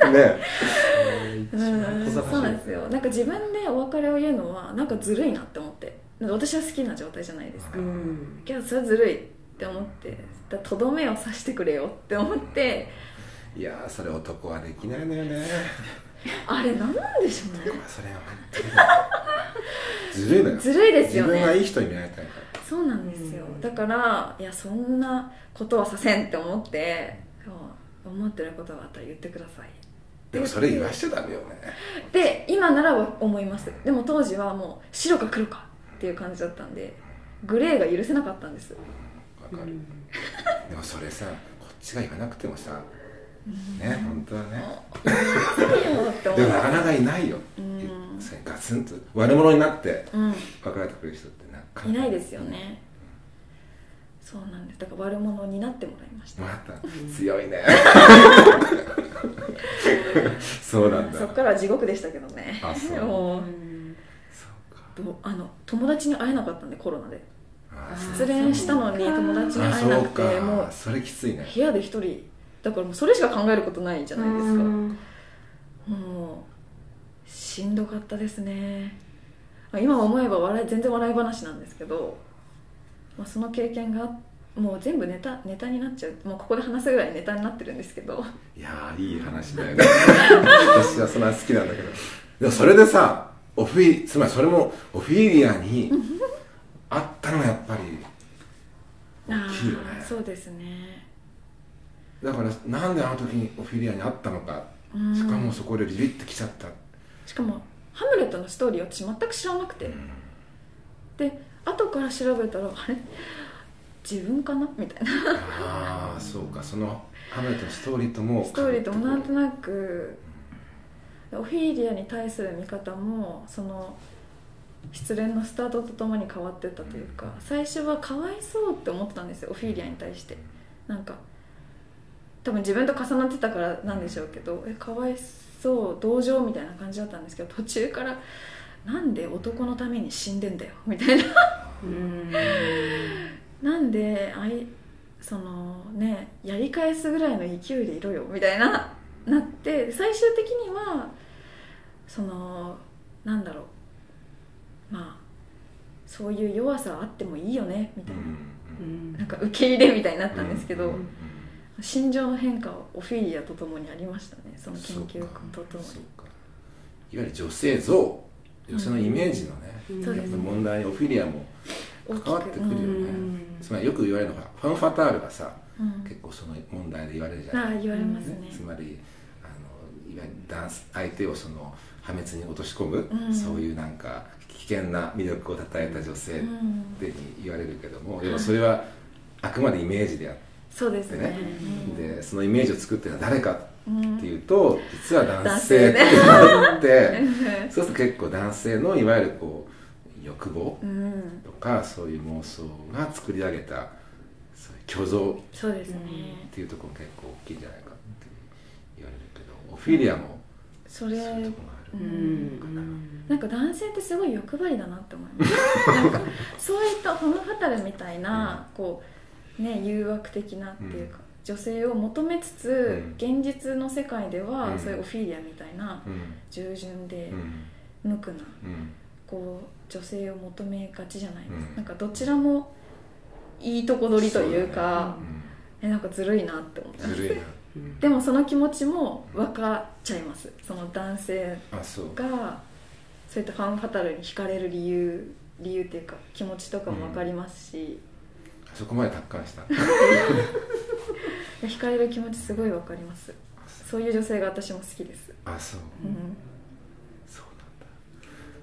D: ごめん
A: ね
D: うんそうなんですよなんか自分でお別れを言うのはなんかずるいなって思ってなんか私は好きな状態じゃないですか
C: うん
D: けどそれはずるいって思ってだとどめを刺してくれよって思って
A: いやーそれ男はできないのよね
D: あれ何なんでしょうね
A: それは本当にずるいのよ
D: ずるいですよ
A: 自分が
D: ね
A: いい人になりたいか
D: そうなんですよ
C: うん
D: だからいやそんなことはさせんって思ってそう思ってることがあったら言ってください
A: らでもそれ言わしちゃダメよね
D: で今ならば思いますでも当時はもう白か黒かっていう感じだったんでグレーが許せなかったんです
A: わかるでもそれさこっちが言わなくてもさね本当はね
D: いいよって思
A: で
D: っ
A: も
D: て
A: なかなかいないよ
D: うん
A: それガツンと悪者になって
D: うん
A: 別れてくれる人ってなか
D: い
A: か
D: ないですよねそうなんですだから悪者になってもらいました
A: また強 いねそうなんだ
D: そっからは地獄でしたけどね
A: あそう
D: もう
A: そうか
D: どうあの友達に会えなかったんでコロナで
A: あー
D: 失恋したのに
C: そうか
D: 友達に
A: あ
D: 会えな
A: そう
D: くても
A: か
D: う
A: それきついね
D: 部屋で一人だからもうそれしか考えることないじゃないですか
C: うん
D: もうしんどかったですねあ今思えば笑い全然笑い話なんですけど、まあ、その経験がもう全部ネタネタになっちゃうもうここで話すぐらいネタになってるんですけど
A: いやーいい話だよね私はそんな好きなんだけどでもそれでさオフィつまりそれもオフィリアにあったのがやっぱり大きいよ
D: あ
A: ね
D: ーそうですね
A: だからなんであの時にオフィリアにあったのか
D: うん
A: しかもそこでビビってきちゃった、
D: しかもハムレットのストーリーを私全く知らなくて、
A: うん
D: で後から調べたらあれ自分かなみたいな
A: ああそうかそのハムレットのストーリーとも
D: ストーリーともなんと
A: な
D: なくオフィーリアに対する見方もその失恋のスタートとともに変わってったというか最初はかわいそうって思ってたんですよオフィーリアに対してなんか多分自分と重なってたからなんでしょうけどえかわいそう同情みたいな感じだったんですけど途中からなんで男のために死んでんだよみたいな
C: うん
D: なんであいそのねやり返すぐらいの勢いでいろよみたいななって最終的にはそのなんだろうまあそういう弱さはあってもいいよねみたいな、
C: うん
D: なんか受け入れみたいになったんですけど、
A: うんうん
D: 心情の変化はオフィリアとともにありましたねその研
A: そうか
D: 究ととも
A: そう
D: に
A: かいわゆる女性像女性のイメージのね、
C: うん
D: そう
A: や
D: で
A: っ
D: す
A: ぱ
D: ね
A: 問題にオフィリアも
D: 大き
A: 関わってく
D: く
A: るよね、
C: うん
A: つまりよく言われるのがファンファタールがさ
D: うん
A: 結構その問題で言われるじゃ
D: あ
A: ない
D: あ言われますね、
A: つまりあのいわゆるダンス相手をその破滅に落とし込む、
D: うん
A: そういうなんか危険な魅力をたたえた女性っ
D: うん
A: て言われるけども、でもそれはあくまでイメージであっ
D: そうです
A: て
D: ね
A: ね、
D: うん
A: でそのイメージを作ってるのは誰か
D: うん
A: っていうと、実は男性っていうのがあってそうすると結構男性のいわゆるこう欲望
D: うん
A: とかそういう妄想が作り上げたそういう虚像
D: そうですね、
A: っていうところも結構大きいんじゃないかって言われるけどオフィリアも
D: そ
A: そう
D: れ
A: いうところがあ
D: う
A: る、
D: ん
C: うん
D: なんか男性ってすごい欲張りだなって思いま すなんかそういったホムファタルみたいな、こうね誘惑的なっていうか、女性を求めつつ、現実の世界では、
A: うん
D: そういうオフィリアみたいな
A: うん
D: 従順で
A: うん
D: 無垢な
A: うん
D: こう女性を求めがちじゃないですか、
A: うん
D: なんかどちらもいいとこ取りというか
C: そう
D: えなんかずるいなって思って
A: うん、ずるいな
D: でもその気持ちも分かっちゃいますその男性
A: あそう
D: がそういったファンファタルに惹かれる理由理由っていうか気持ちとかも分かりますし、
A: あそこまで達観した
D: 惹かれる気持ちすごい分かりますそういう女性が私も好きです、
A: あそう
D: うん
A: そうなんだ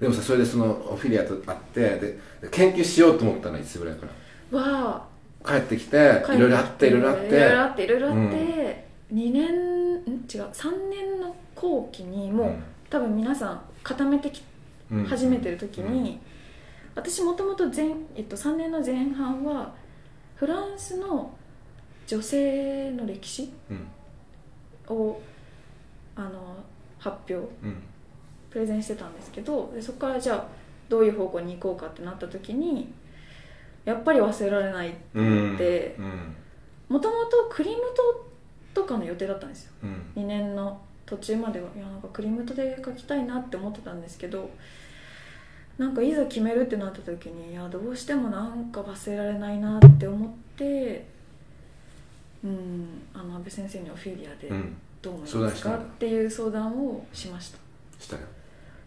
A: でもさそれでそのオフィリアと会ってでで研究しようと思ったのはいつぐらいか
D: わ
A: ら帰ってきて
D: あ
A: いろいろあっていろいろあって
D: いろいろあっていろいろあって、2年ん違う3年の後期にもう、多分皆さん固めてき
A: うんうん
D: 始めてる時に、私もともと前、えっと、3年の前半はフランスの女性の歴史
A: うん
D: をあの発表
A: うん
D: プレゼンしてたんですけどでそこからじゃあどういう方向に行こうかってなった時にやっぱり忘れられない
A: うんうん
D: で
A: うん
D: もともとクリムトとかの予定だったんですよ
A: うん
D: 2年の途中まではいやなんかクリムトで書きたいなって思ってたんですけどなんかいざ決めるってなった時にいやどうしてもなんか忘れられないなって思ってうんあの安部先生にオフィリアで
A: うん
D: どう思い
A: 相
D: ま
A: 談
D: す
A: したん
D: か
A: だ
D: っていう相談をしました
A: したよ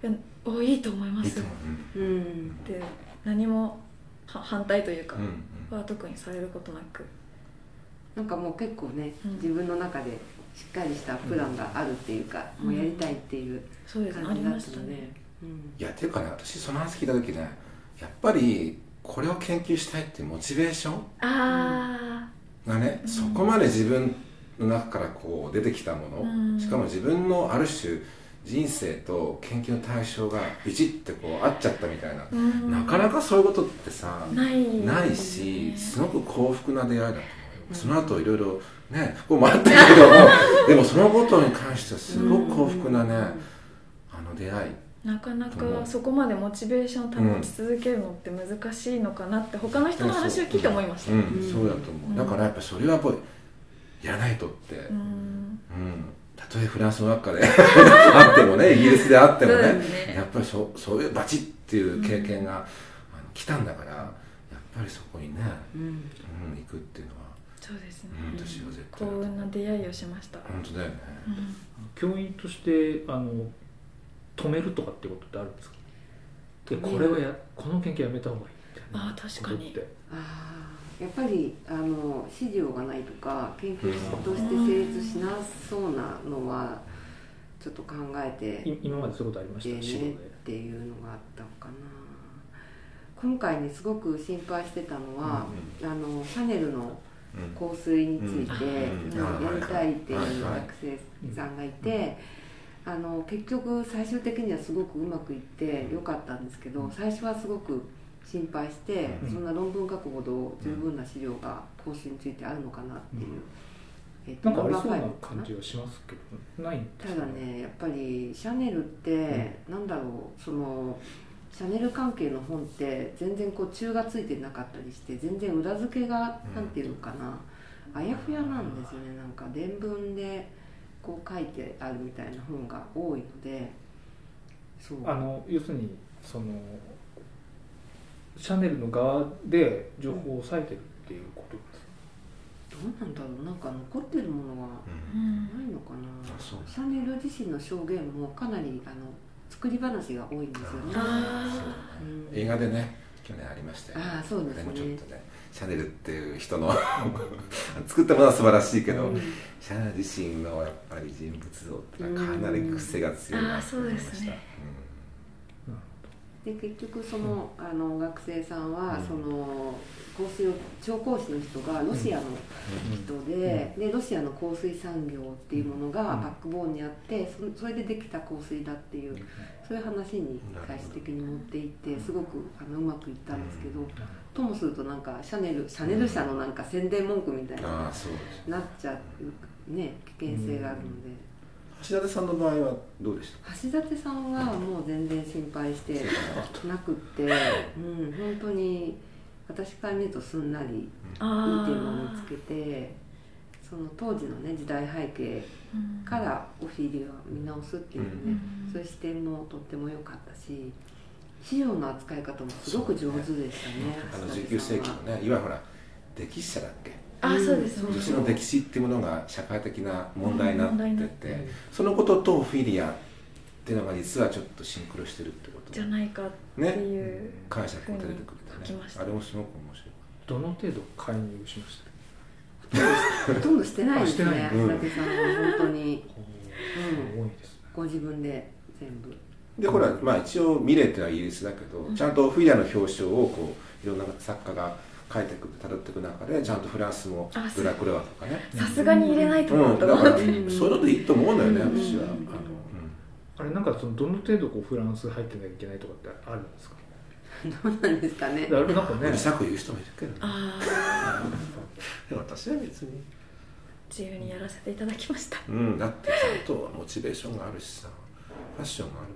D: いやおいいと思いま
A: いい
D: す
A: と思う
C: うん
D: で何もは反対というか
A: うんうんうん
D: は特にされることなく
C: なんかもう結構ね、
D: うん
C: 自分の中でしっかりしたプランがあるっていうか、
D: うん
C: もうやりたいっていう
D: そうですねあ
C: 感
D: り
C: じだ
D: ま
C: っ
D: したた
C: ので、
D: ね
C: うん
A: いやっていうかね私その話聞いた時ねやっぱりこれを研究したいっていうモチベーション
D: あ
A: がね、
D: うん
A: そこまで自分の中からこう出てきたもの、
D: うん
A: しかも自分のある種人生と研究の対象がビチッてこう合っちゃったみたいな
D: あ、、うん
A: なかなかそういうことってさ
D: ないですね
A: ないしすごく幸福な出会いだと思うよ、その後いろいろね不幸もあったけ どもでもそのことに関してはすごく幸福なね、あの出会い
D: なかなかそこまでモチベーションを保ち続けるのって難しいのかなって他の人の話を聞いて思いました
A: うん、
C: うん
A: そうだと思う、
D: うん
A: だからやっぱそれはやっぱりやらないとって、
D: うん
A: うんたとえフランスの中で あってもねイギリスであっても
D: そう
A: ね
D: ですね
A: やっぱりそそういうバチッっていう経験が、あの来たんだからやっぱりそこにね、
C: うん
A: うん、行くっていうのは、
D: そうですね
A: うん、私は絶
D: 幸
A: 対だと
D: 運な出会いをしました、
A: 本当だよね、
D: うん
B: 教員としてあの止めるとかってことってあるんですかでこれはやこの研究やめた方がいいみたいな
D: あー確かに
B: ことって
C: あーやっぱりあの資料がないとか研究として成立しなそうなのはちょっと考えて
B: い今までそういうことありま
C: で
B: し
C: ね
B: た資料で
C: っていうのがあったのかな今回ねすごく心配してたのは、あのシャネルの
A: うん
C: 香水について、
A: うん
C: なんかやりたいっていう
A: はいはい
C: 学生さんがいて、あの結局最終的にはすごくうまくいってよかったんですけど最初はすごく心配して、
B: うん
C: そんな論文書くほど十分な資料が香水についてあるのかなっていう、
B: うん
C: えっと
B: なんかありそうな
C: ナンバーファイブか
B: 感じはしますけどないんですか
C: ただねやっぱりシャネルって、なんだろうそのシャネル関係の本って全然こう中がついてなかったりして全然裏付けが
A: うん
C: なんていうのかな、あやふやなんですよねなんか伝文でこう書いてあるみたいな本が多いのでそう
B: あの要するにそのシャネルの側で情報を抑えてるっていうことです
C: どうなんだろうなんか残ってるものは
A: うん
D: ん
C: ないのか
A: あそう
C: なシャネル自身の証言もかなりあの作り話が多いんですよね。
D: あ
C: うん
A: 映画でね去年ありましたよね
C: あーそうです
A: で
C: ね
A: もちょっとねシャネルっていう人の 作ったものは素晴らしいけど、
C: うん
A: シャネル自身のやっぱり人物像ってのはかなり癖が強いなと思いま
D: うんあーそうで
A: した、
D: すね
B: なる
C: で結局その,、あの学生さんは、
A: うん
C: その香水を調香師の人がロシアの人で,、でロシアの香水産業っていうものが
B: うん
C: バックボーンにあってそそれでできた香水だっていううんそういう話に最終的に持っていってすごくあのうまくいったんですけど、
A: うん
C: ともするとなんかシャネルシャネル社のなんか宣伝文句みたい
A: あ
C: な
A: あそうです
C: なっちゃうね危険性があるので。
A: 橋立さんの場合はどうでした
C: 橋立さんはもう全然心配してなくって、うん、本当に私から見るとすんなりいいテ
D: あ
C: ーマを見つけてその当時のね時代背景からオフィリアを見直すっていうね、
D: うん
C: そういう視点もとっても良かったし資料の扱い方もすごく上手でしたね
A: あの
C: 橋
A: 19
C: 立さん
A: 世
C: は
A: 紀のねいわゆるほら歴史者だっけ
D: あーそうですね
A: 女子の歴史っていうものが社会的な問題にな
D: 問題に
A: っ
D: なって
A: て、そのこととフィリアっていうのが実はちょっとシンクロしてるってこと
D: じゃないかっていう、
A: 解釈も出てく
D: 書
A: る
D: き
A: んだ
D: ま
A: ね
D: した
A: あれもすごく面白い
B: どの程度介入しまし
C: ほとんどしてないです
B: あ
C: ね
B: してない
A: うん
C: 橋立さんは本当に、
B: た
C: うん、
B: 多いですね
C: ご自分で全部。
A: でほら、まあ、一応ミレーっていうのはイギリスだけど、ちゃんとフィリアの表彰をこういろんな作家が書いてくたどっていく中でちゃんとフランスも
D: あ
A: ドラクレワとかね
D: さすがに入れないと
A: う
D: 思
A: ん、
D: った
A: だからそう
C: う
A: い
C: ん
A: うのでいいと思うんだよね、
C: うん
A: 私はあの、
C: う
A: うんん
B: あれなんかそのどの程度こうフランス入ってなきゃいけないとかってあるんですか
C: どうなんですかね。
B: あれなんか
A: う
B: ね
A: るさく言う人もいるけどね
D: ああ
A: でも私は別に、
D: 自由にやらせていただきました
A: うん、だってちゃんとモチベーションがあるしさファッションがある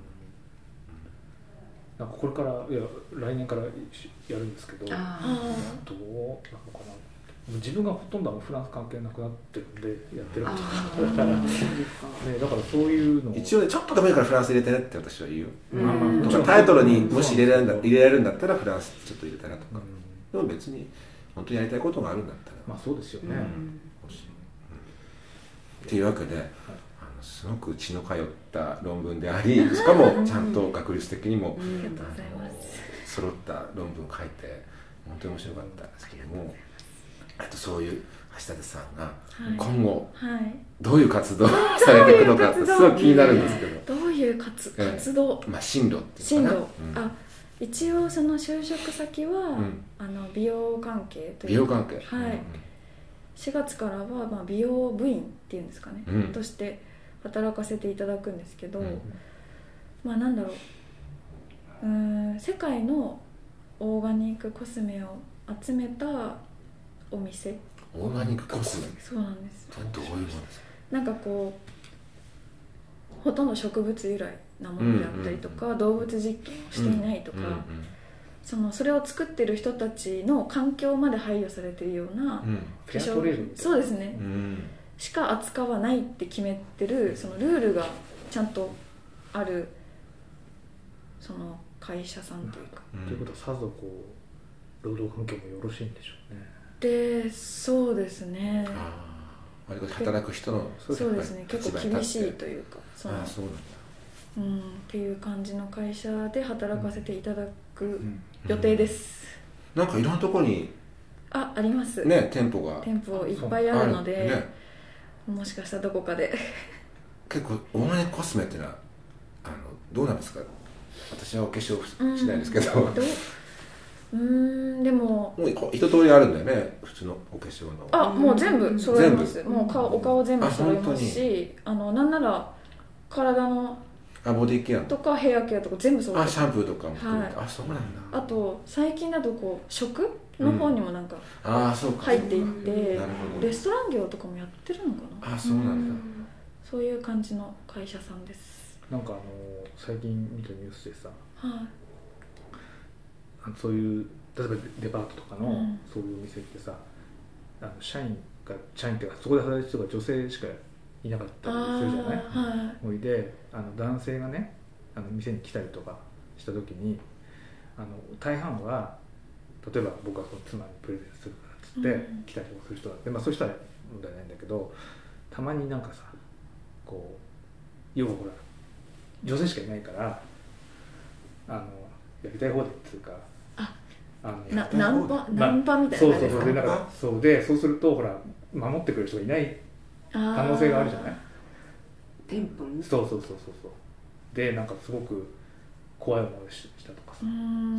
B: なんかこれからいや来年からしやるんですけどどうなのか
C: あ
B: な自分がほとんどあのフランス関係なくなってるんでやって
C: ー
B: る
C: あ
B: ことだ
C: ー、
B: から
C: そう
B: ね
C: です
B: だ
C: か。
B: からそういうのを
A: 一応ねちょっとでもいいからフランス入れてねって私は言うよ、
C: うん
B: まあまあもちろん
A: タイトルにもし入れられるんだ
B: うん
A: 入れられるんだったらフランスちょっと入れたらと
B: う
A: か、
B: ん
A: でも別に本当にやりたいことがあるんだったら、
B: まあそうですよね、
C: うん
A: 欲しいっていうわけで、あのすごく血の通った論文であ りしかもちゃんと学術的にも、
C: うん
D: ありがとうござい
A: あ
D: ま
A: の
D: す
A: 揃った論文書いて本当に面白かったんですけどもあとそういう橋立さんが
D: はい
A: 今後
D: はい
A: どういう活動を されていくのかってすごく気になるんですけど、
D: どういう活
A: ええ
D: 活動
A: まあ、進路っていう
D: 進
A: のか
D: 路
A: な、うん
D: あ一応その就職先は、
A: ん
D: あの美容関係と
A: 美
D: い
A: 容
D: うか
A: 関係
D: はい4月からは、まあ、美容部員っていうんですかね、
A: うん
D: として働かせていただくんですけど、
A: うん
D: まあなんだろううーん世界のオーガニックコスメを集めたお店
A: うんオーガニックコスメ
D: そうなんです
A: どういうものですか
D: なんかこうほとんど植物由来なものであったりとか、動物実験をしていないとか、
A: うんうん
D: そのそれを作ってる人たちの環境まで配慮されてるような
A: うん
B: フ
D: 化
B: ェアト
D: 粧
B: レードみたい
D: 品
B: な
D: そうですね
A: うん
D: しか扱わないって決めてるそのルールがちゃんとあるその会社さんというか
A: うん
B: ということはさぞこう労働環境もよろしいんでしょうね
D: でそうですね
A: ああ割と働く人の
D: そうですね結構厳しいと
A: いう
D: いうかそ
A: あ
D: の
A: あそうなんだ
D: うん、っていう感じの会社で働かせていただく予定です、
A: なんかいろんなとこに
D: ああります、
A: ね店舗が
D: 店舗いっぱいあるので
A: ね、
D: もしかしたらどこかで
A: 結構オーガニックコスメってのはあのどうなんですか私はお化粧しないですけど、
D: どううーんでも
A: もうこう一通りあるんだよね普通のお化粧の
D: あもう全部揃えます
A: 全
D: もう顔お顔全部揃え
A: あ本
D: ま
A: 当
D: す
A: に
D: しあのなんなら体の
A: あボディケアの
D: とかヘアケアとか全部揃え
A: あ
D: て
A: シャンプーとかも含めて、あそうなんだ
D: あと最近だとこう食の方にもなんか
A: ああそうか
D: 入っていって、
A: そうかなるほど
D: レストラン業とかもやってるのかな
A: あそうなん
D: そういう感じの会社さんです
B: なんかあの最近見たニュースでさ
D: はい、
B: あのそういう例えばデパートとか
D: う
B: の
D: ん
B: そういうお店ってさ、あの社員が社員っていうかそこで働いてる人が女性しかいなかったりするじゃない
D: あーはい
B: おいであの男性がねあの店に来たりとかした時にあの大半は例えば僕はその妻にプレゼントするからっつって
D: うん
B: 来たりとかする人だって、まあ、そういう人は問題ないんだけどたまになんかさこう要はほら女性しかいないからあのやりたい方でっていうか
D: あ
B: あの
D: なナンパナンパみたい
B: そ
D: な
B: う
D: 感じ
B: そうそ
D: です
B: う
D: か
B: でだからそうでそうするとほら守ってくれる人がいない可
D: 可
B: 能性があるじゃない
C: 店舗に
B: そうそうそうそうそうでなんかすごく怖い思いをししたとかさ、
D: うー
B: そ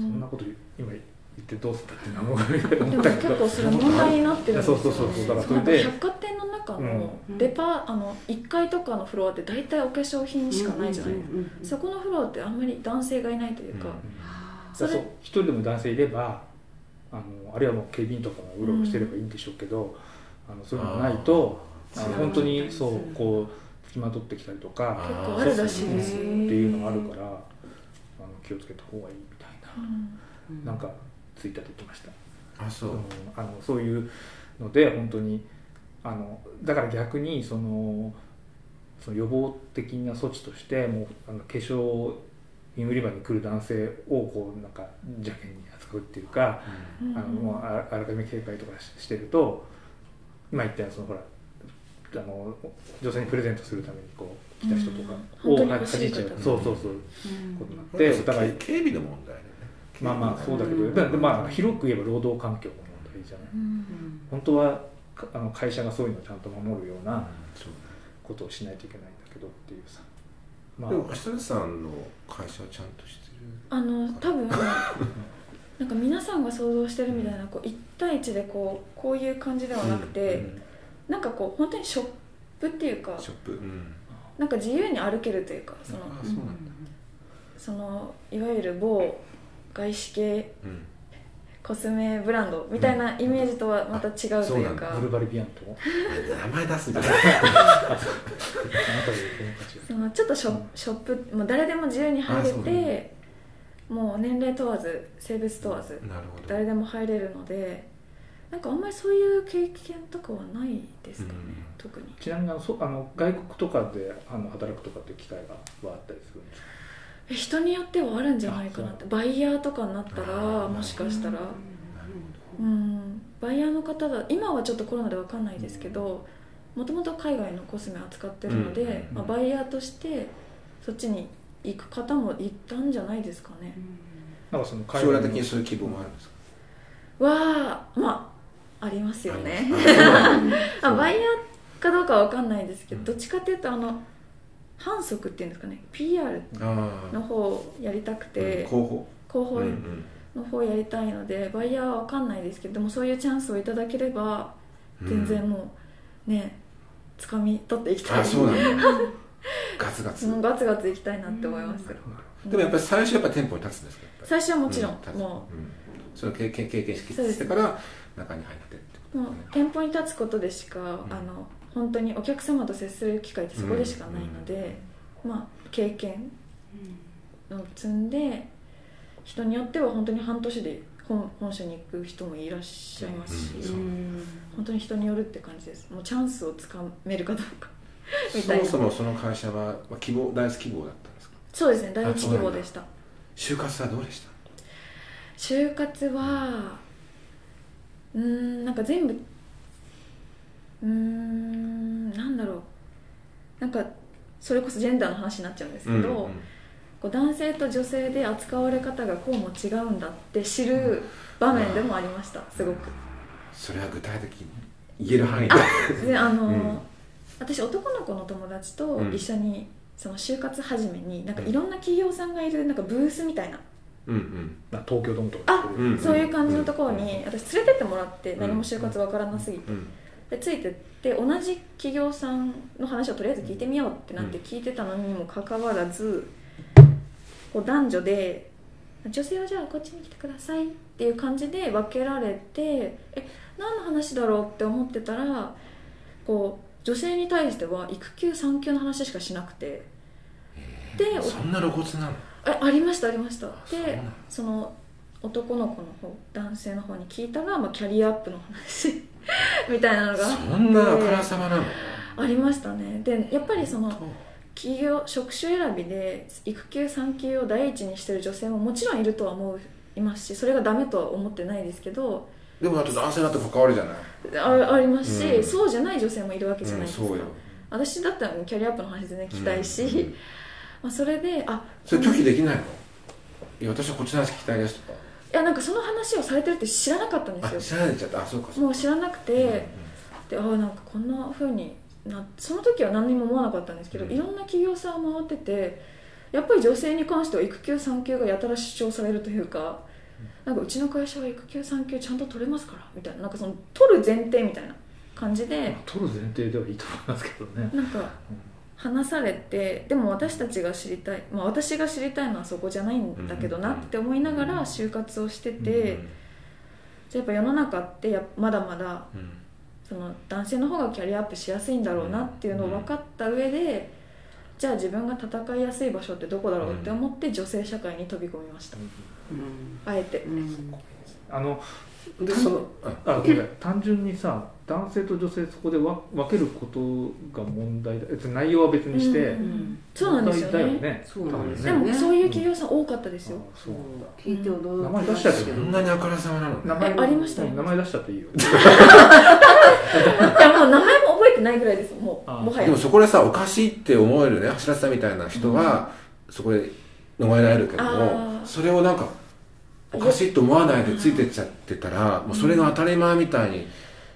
B: んなんこと今言ってどうすんだって何も考えた
D: で
B: 思
D: も
B: ったけ
D: 結
B: ど
D: 構それ問題になってるんですよ、ね、
B: そうそうそうそうだからそれ
D: なんか
B: で
D: 百貨店の中の
C: うん
D: デパ、あの1階とかのフロアって大体お化粧品しかないじゃない、
C: うんうんうんうん
D: そこのフロアってあんまり男性がいないというか、
A: うん
C: あ
B: そ
D: そ
B: そ
D: れ
B: う一人でも男性いればあのあるいはもう警備員とかがうろうろしてればいいんでしょうけど、あのそういうのがないと
C: あ
B: あ
C: ー
B: の本当にそうこう付きまとってきたりとか
D: 結構あるらしい
B: うん
D: で
B: っ
D: す
B: て
D: よ、
B: いうのがあるからあの気をつけた方がいいみたいな、
D: うん
C: うん
B: なんかツイッターで言ってました
A: だあそう、
B: うんあのそういうので本当にあのだから逆にそのその予防的な措置としてもうあの化粧品売り場に来る男性をこうなんか邪険に扱うっていうか、
D: うん
B: あのもうああらかじめ警戒とかししてると今言ったようにそのほらあの女性にプレゼントするためにこう来た人とか
D: うん
B: を
D: 本当に欲しい
B: 限っちゃう
D: 方
B: そうそうそう
C: うん
B: ことになっ
A: うん
B: て
A: で
B: お互い
A: 警備の問題だよね
B: まあまあそうだけ
C: う
B: ど
C: ん
B: でまあ広く言えば労働環境の問題じゃない。
D: う
C: うんん
B: 本当はかあの会社がそういうのをちゃんと守るよう
A: うん
B: な
A: そう
B: ことをしないといけないんだけどっていうさま
A: だ
B: あ
A: でも橋田さんの会社はちゃんとして
D: あの多分なんか皆さんが想像してるみたいなこう1対1でこうこういう感じでは
A: る
D: なくて、
A: うんうん
D: なんかこう本当にショップっていうか
A: ショップ、うん、
D: なんか自由に歩けるというかその
A: あそうなんだ、
D: そのいわゆる某外資系
A: うん
D: コスメブランドみたいなイメージとはまた違うという
A: あ
D: か、
B: ブルバリビアンとなんか
A: 名前出すんじゃない
B: でなんか違う
D: そのちょっとショ,、
B: うん
D: ショップもう誰でも自由に入れ
A: あそうだ
D: てもう年齢問わず性別問わず
A: なるほど
D: 誰でも入れるのでなんかあんまりそういう経験とかはないですかね、
A: うん
D: 特に
B: ちなみにあのそあの外国とかであの働くとかっていう機会がはあったりするんですか
D: え人によってはあるんじゃないかなってバイヤーとかになった
A: あー
D: らもしかしたら
A: なるほ
D: うんバイヤーの方だ今はちょっとコロナでわかんないですけどもともと海外のコスメ扱ってるので、
A: うんうんうん
D: まあ、バイヤーとしてそっちに行く方もいたんじゃないですかね
B: なんかその
A: ど
B: 海
A: 将
B: 外
A: 来
B: の
A: 的にそういう希望もあるんですか
D: はまあありますよね
A: あ
D: あバイヤーかどうかはわかんないですけ
A: うん
D: どどっちかっていうとあの反則っていうんですかね PR
A: あー
D: の方をやりたくて
A: うん候補
D: 広報
A: うんうん
D: の方をやりたいのでバイヤーはわかんないですけどでもそういうチャンスをいただければ全然もうね掴み取っていきたい
A: あそう なんだガツガツ
D: もうガツガツいきたいなって思います
B: なるほ
A: で
B: ど
A: もやっぱり最初やっぱり店舗に立つんですかやっぱり
D: 最初はもちろん、
A: う
D: も
A: う、ん、その経験経験して
D: そうです
A: してから中に入ってってこと
D: うもう
A: ね
D: 店舗に立つことでしか、あの本当にお客様と接する機会ってそこでしかないので、まあ経験を積んで人によっては本当に半年で本本社に行く人もいらっしゃいますし、
A: うん
C: うん
D: 本当に人によるって感じですもうチャンスをつかめるかどうかみ
A: そ
D: たい
A: も
D: な
A: そもその会社はまあ希望大好き希望だったんですか
D: そうですね第一希望でした
A: 就活はどうでした
D: 就活はうーんなんか全部うーんなんだろうなんかそれこそジェンダーの話になっちゃうんですけど、
A: うん
D: こう男性と女性で扱われ方がこうも違うんだって知る場面でもありましたすごく
A: それは具体的に言える範囲で
D: であの、
A: うん
D: 私男の子の友達と
A: うん
D: 一緒にその就活始めになんかいろんな企業さんがいるなんかブースみたいな、
A: うんうん
B: な東京ドームとか
A: あうん
D: そういう感じのところに私連れてってもらって
A: うん
D: 何も就活わからなすぎて
A: うん
D: でついてって同じ企業さんの話をとりあえず聞いてみようってなって聞いてたのにもかかわらずこう男女で「女性はじゃあこっちに来てください」っていう感じで分けられてえ何の話だろうって思ってたらこう女性に対しては育休産休の話しかしなくてでお
A: そんな露骨なの
D: えありましたありました
A: そうな
D: で
A: んだ
D: その男の子の方男性の方に聞いたら、まあ、キャリアアップの話 みたいなのがあって
A: そんなあからさまなの
D: ありましたねでやっぱりその企業職種選びで育休産休を第一にしてる女性ももちろんいるとは思ういますしそれがダメとは思ってないですけど
A: でもだって男性だって関わるじゃない
D: あありますし、
A: うん
D: そうじゃない女性もいるわけじゃないですか、
A: うんそうよ
D: 私だったらキャリアアップの話全然聞きたいし、
A: うん
D: まあ、それであ
A: それ拒否できないのいや私はこっちの話聞きたいですとか
D: いやなんかその話をされてるって知らなかったん
A: あ
D: です
A: 知られちゃったあそうか
D: よ
A: そう
D: も
A: か
D: う知らなくて、でああなんかこんな風になその時は何にも思わなかったんですけど、
A: うん
D: いろんな企業さんを回っててやっぱり女性に関しては育休産休がやたら主張されるというか、なんかうちの会社は育休産休ちゃんと取れますからみたいななんかその取る前提みたいな感じで、
B: 取る前提ではいいと思いますけどね
D: なんか話されてでも私たちが知りたい、まあ、私が知りたいのはそこじゃないんだけどなって思いながら就活をしてて、じゃあやっぱ世の中ってやっぱまだまだ
A: うん
D: その男性の方がキャリアアップしやすいんだろうなっていうのを分かった上で、じゃあ自分が戦いやすい場所ってどこだろうって思って女性社会に飛び込みました、
C: うん
D: あえて
C: うん
B: あの
A: うんでそのあ
B: あごめんなさい単純にさ男性と女性そこでわ分けることが問題だえっと内容は別にして、
D: う
C: うんん
D: そうなんですよ
B: 問題だ
D: ね
B: よね
C: そうなんです
D: で
C: よね
D: もそういう企業さん多かったです よ、
B: あ
C: そ
B: そううなんだ
C: 聞いて驚きま
B: うん名前出したけ
A: そ
B: ど
A: んなにあからさまなの
B: 名前
D: えありました
B: うん名前出しちゃっていいよ
D: いやもう名前も覚えてないぐらいですもう
B: あ
D: もは
A: で
D: や
A: もそこでさおかしいって思えるね橋田さんみたいな人は、そこで逃れられるけど
D: あー
A: もそれをなんかおかしいと思わないでついてっちゃってたらもうそれが当たり前みたいに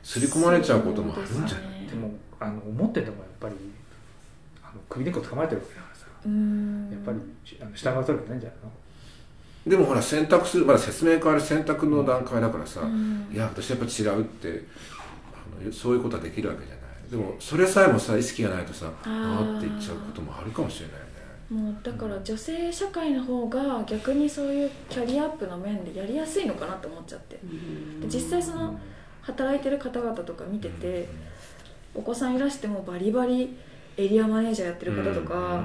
A: 刷り込まれちゃうこともあるんじゃない
D: い
B: でもあの思っててもやっぱりあの首根っこ掴まれてるわけだからさ
D: うん
B: やっぱりあの従わざるを得ないんじゃないの
A: でもほら選択するまだ説明会ある選択の段階だからさ、
D: うん
A: いや私やっぱ違うってあのそういうことはできるわけじゃないでもそれさえもさ意識がないとさ
D: あ
A: あ
D: ー
A: ーって言っちゃうこともあるかもしれないよね
D: もうだから女性社会の方が逆にそういうキャリアアップの面でやりやすいのかなと思っちゃってで実際その働いてる方々とか見ててお子さんいらしてもバリバリエリアマネージャーやってる方とか、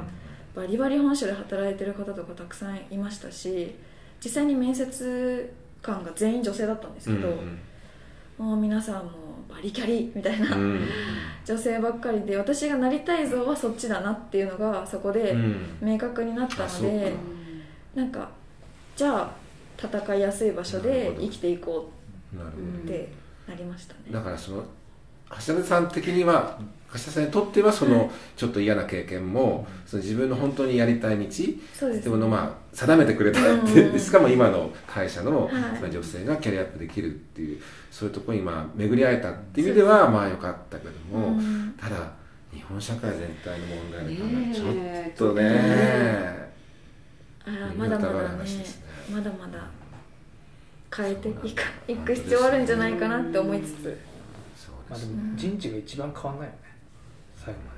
D: バリバリ本社で働いてる方とかたくさんいましたし実際に面接官が全員女性だったんです
A: うん
D: け
A: うん
D: ど、もう皆さんもうバリキャリみたいな、
A: うんうん
D: 女性ばっかりで私がなりたい像はそっちだなっていうのがそこ
A: う
D: で
A: ん
D: 明確になった
A: あ
D: の
A: そう
D: で、
A: か
D: なんかじゃあ戦いやすい場所
A: なる
D: で
A: ほど
D: 生きていこ
A: なるほど、
D: うってなりましたね、
A: だからその橋田さん的には橋田さんにとってはそのちょっと嫌な経験もその自分の本当にやりたい道って
D: そうですね
A: いうものをまあ定めてくれたって、
D: うん
A: でしかも今の会社の、
D: はい
A: つまり女性がキャリアアップできるっていうそういうところに今巡り会えたっていう意味ではまあ良かったけども、
D: うん
A: ただ日本社会全体の問題で考
C: ね
A: え
C: え
A: るとちょっとね
D: あー
A: うん
D: まだまだ
A: 疑う
D: ね
A: 話ですね
D: まだまだ変えてい
A: そうなんだ
D: かいく必要あるんじゃないかなって思いつつ
A: そうで
B: まあ、
A: す
B: で
A: ね
B: も人事が一番変わんないよね最後ま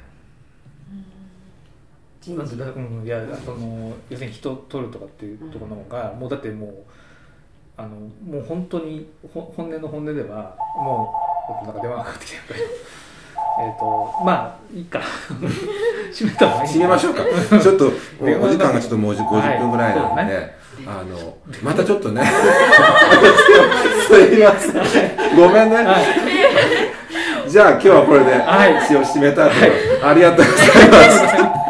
B: でだってだうんいやその要するに人を取るとかっていうところの方が、もうだってもうあのもう本当にほ本音の本音ではもうなんか電話がかかってきてるからえっとまあいいか 閉めた方がいい
A: 締めましょうか。ち ょっと、お
B: 電話が
A: 時間がちょっともうじ50分ぐらいなんで、
B: はい
A: あの、またちょっとね、 すいません。ごめんね。じゃあ今日はこれで、
B: はい
A: 一応締めたいと思いますありがとうございます。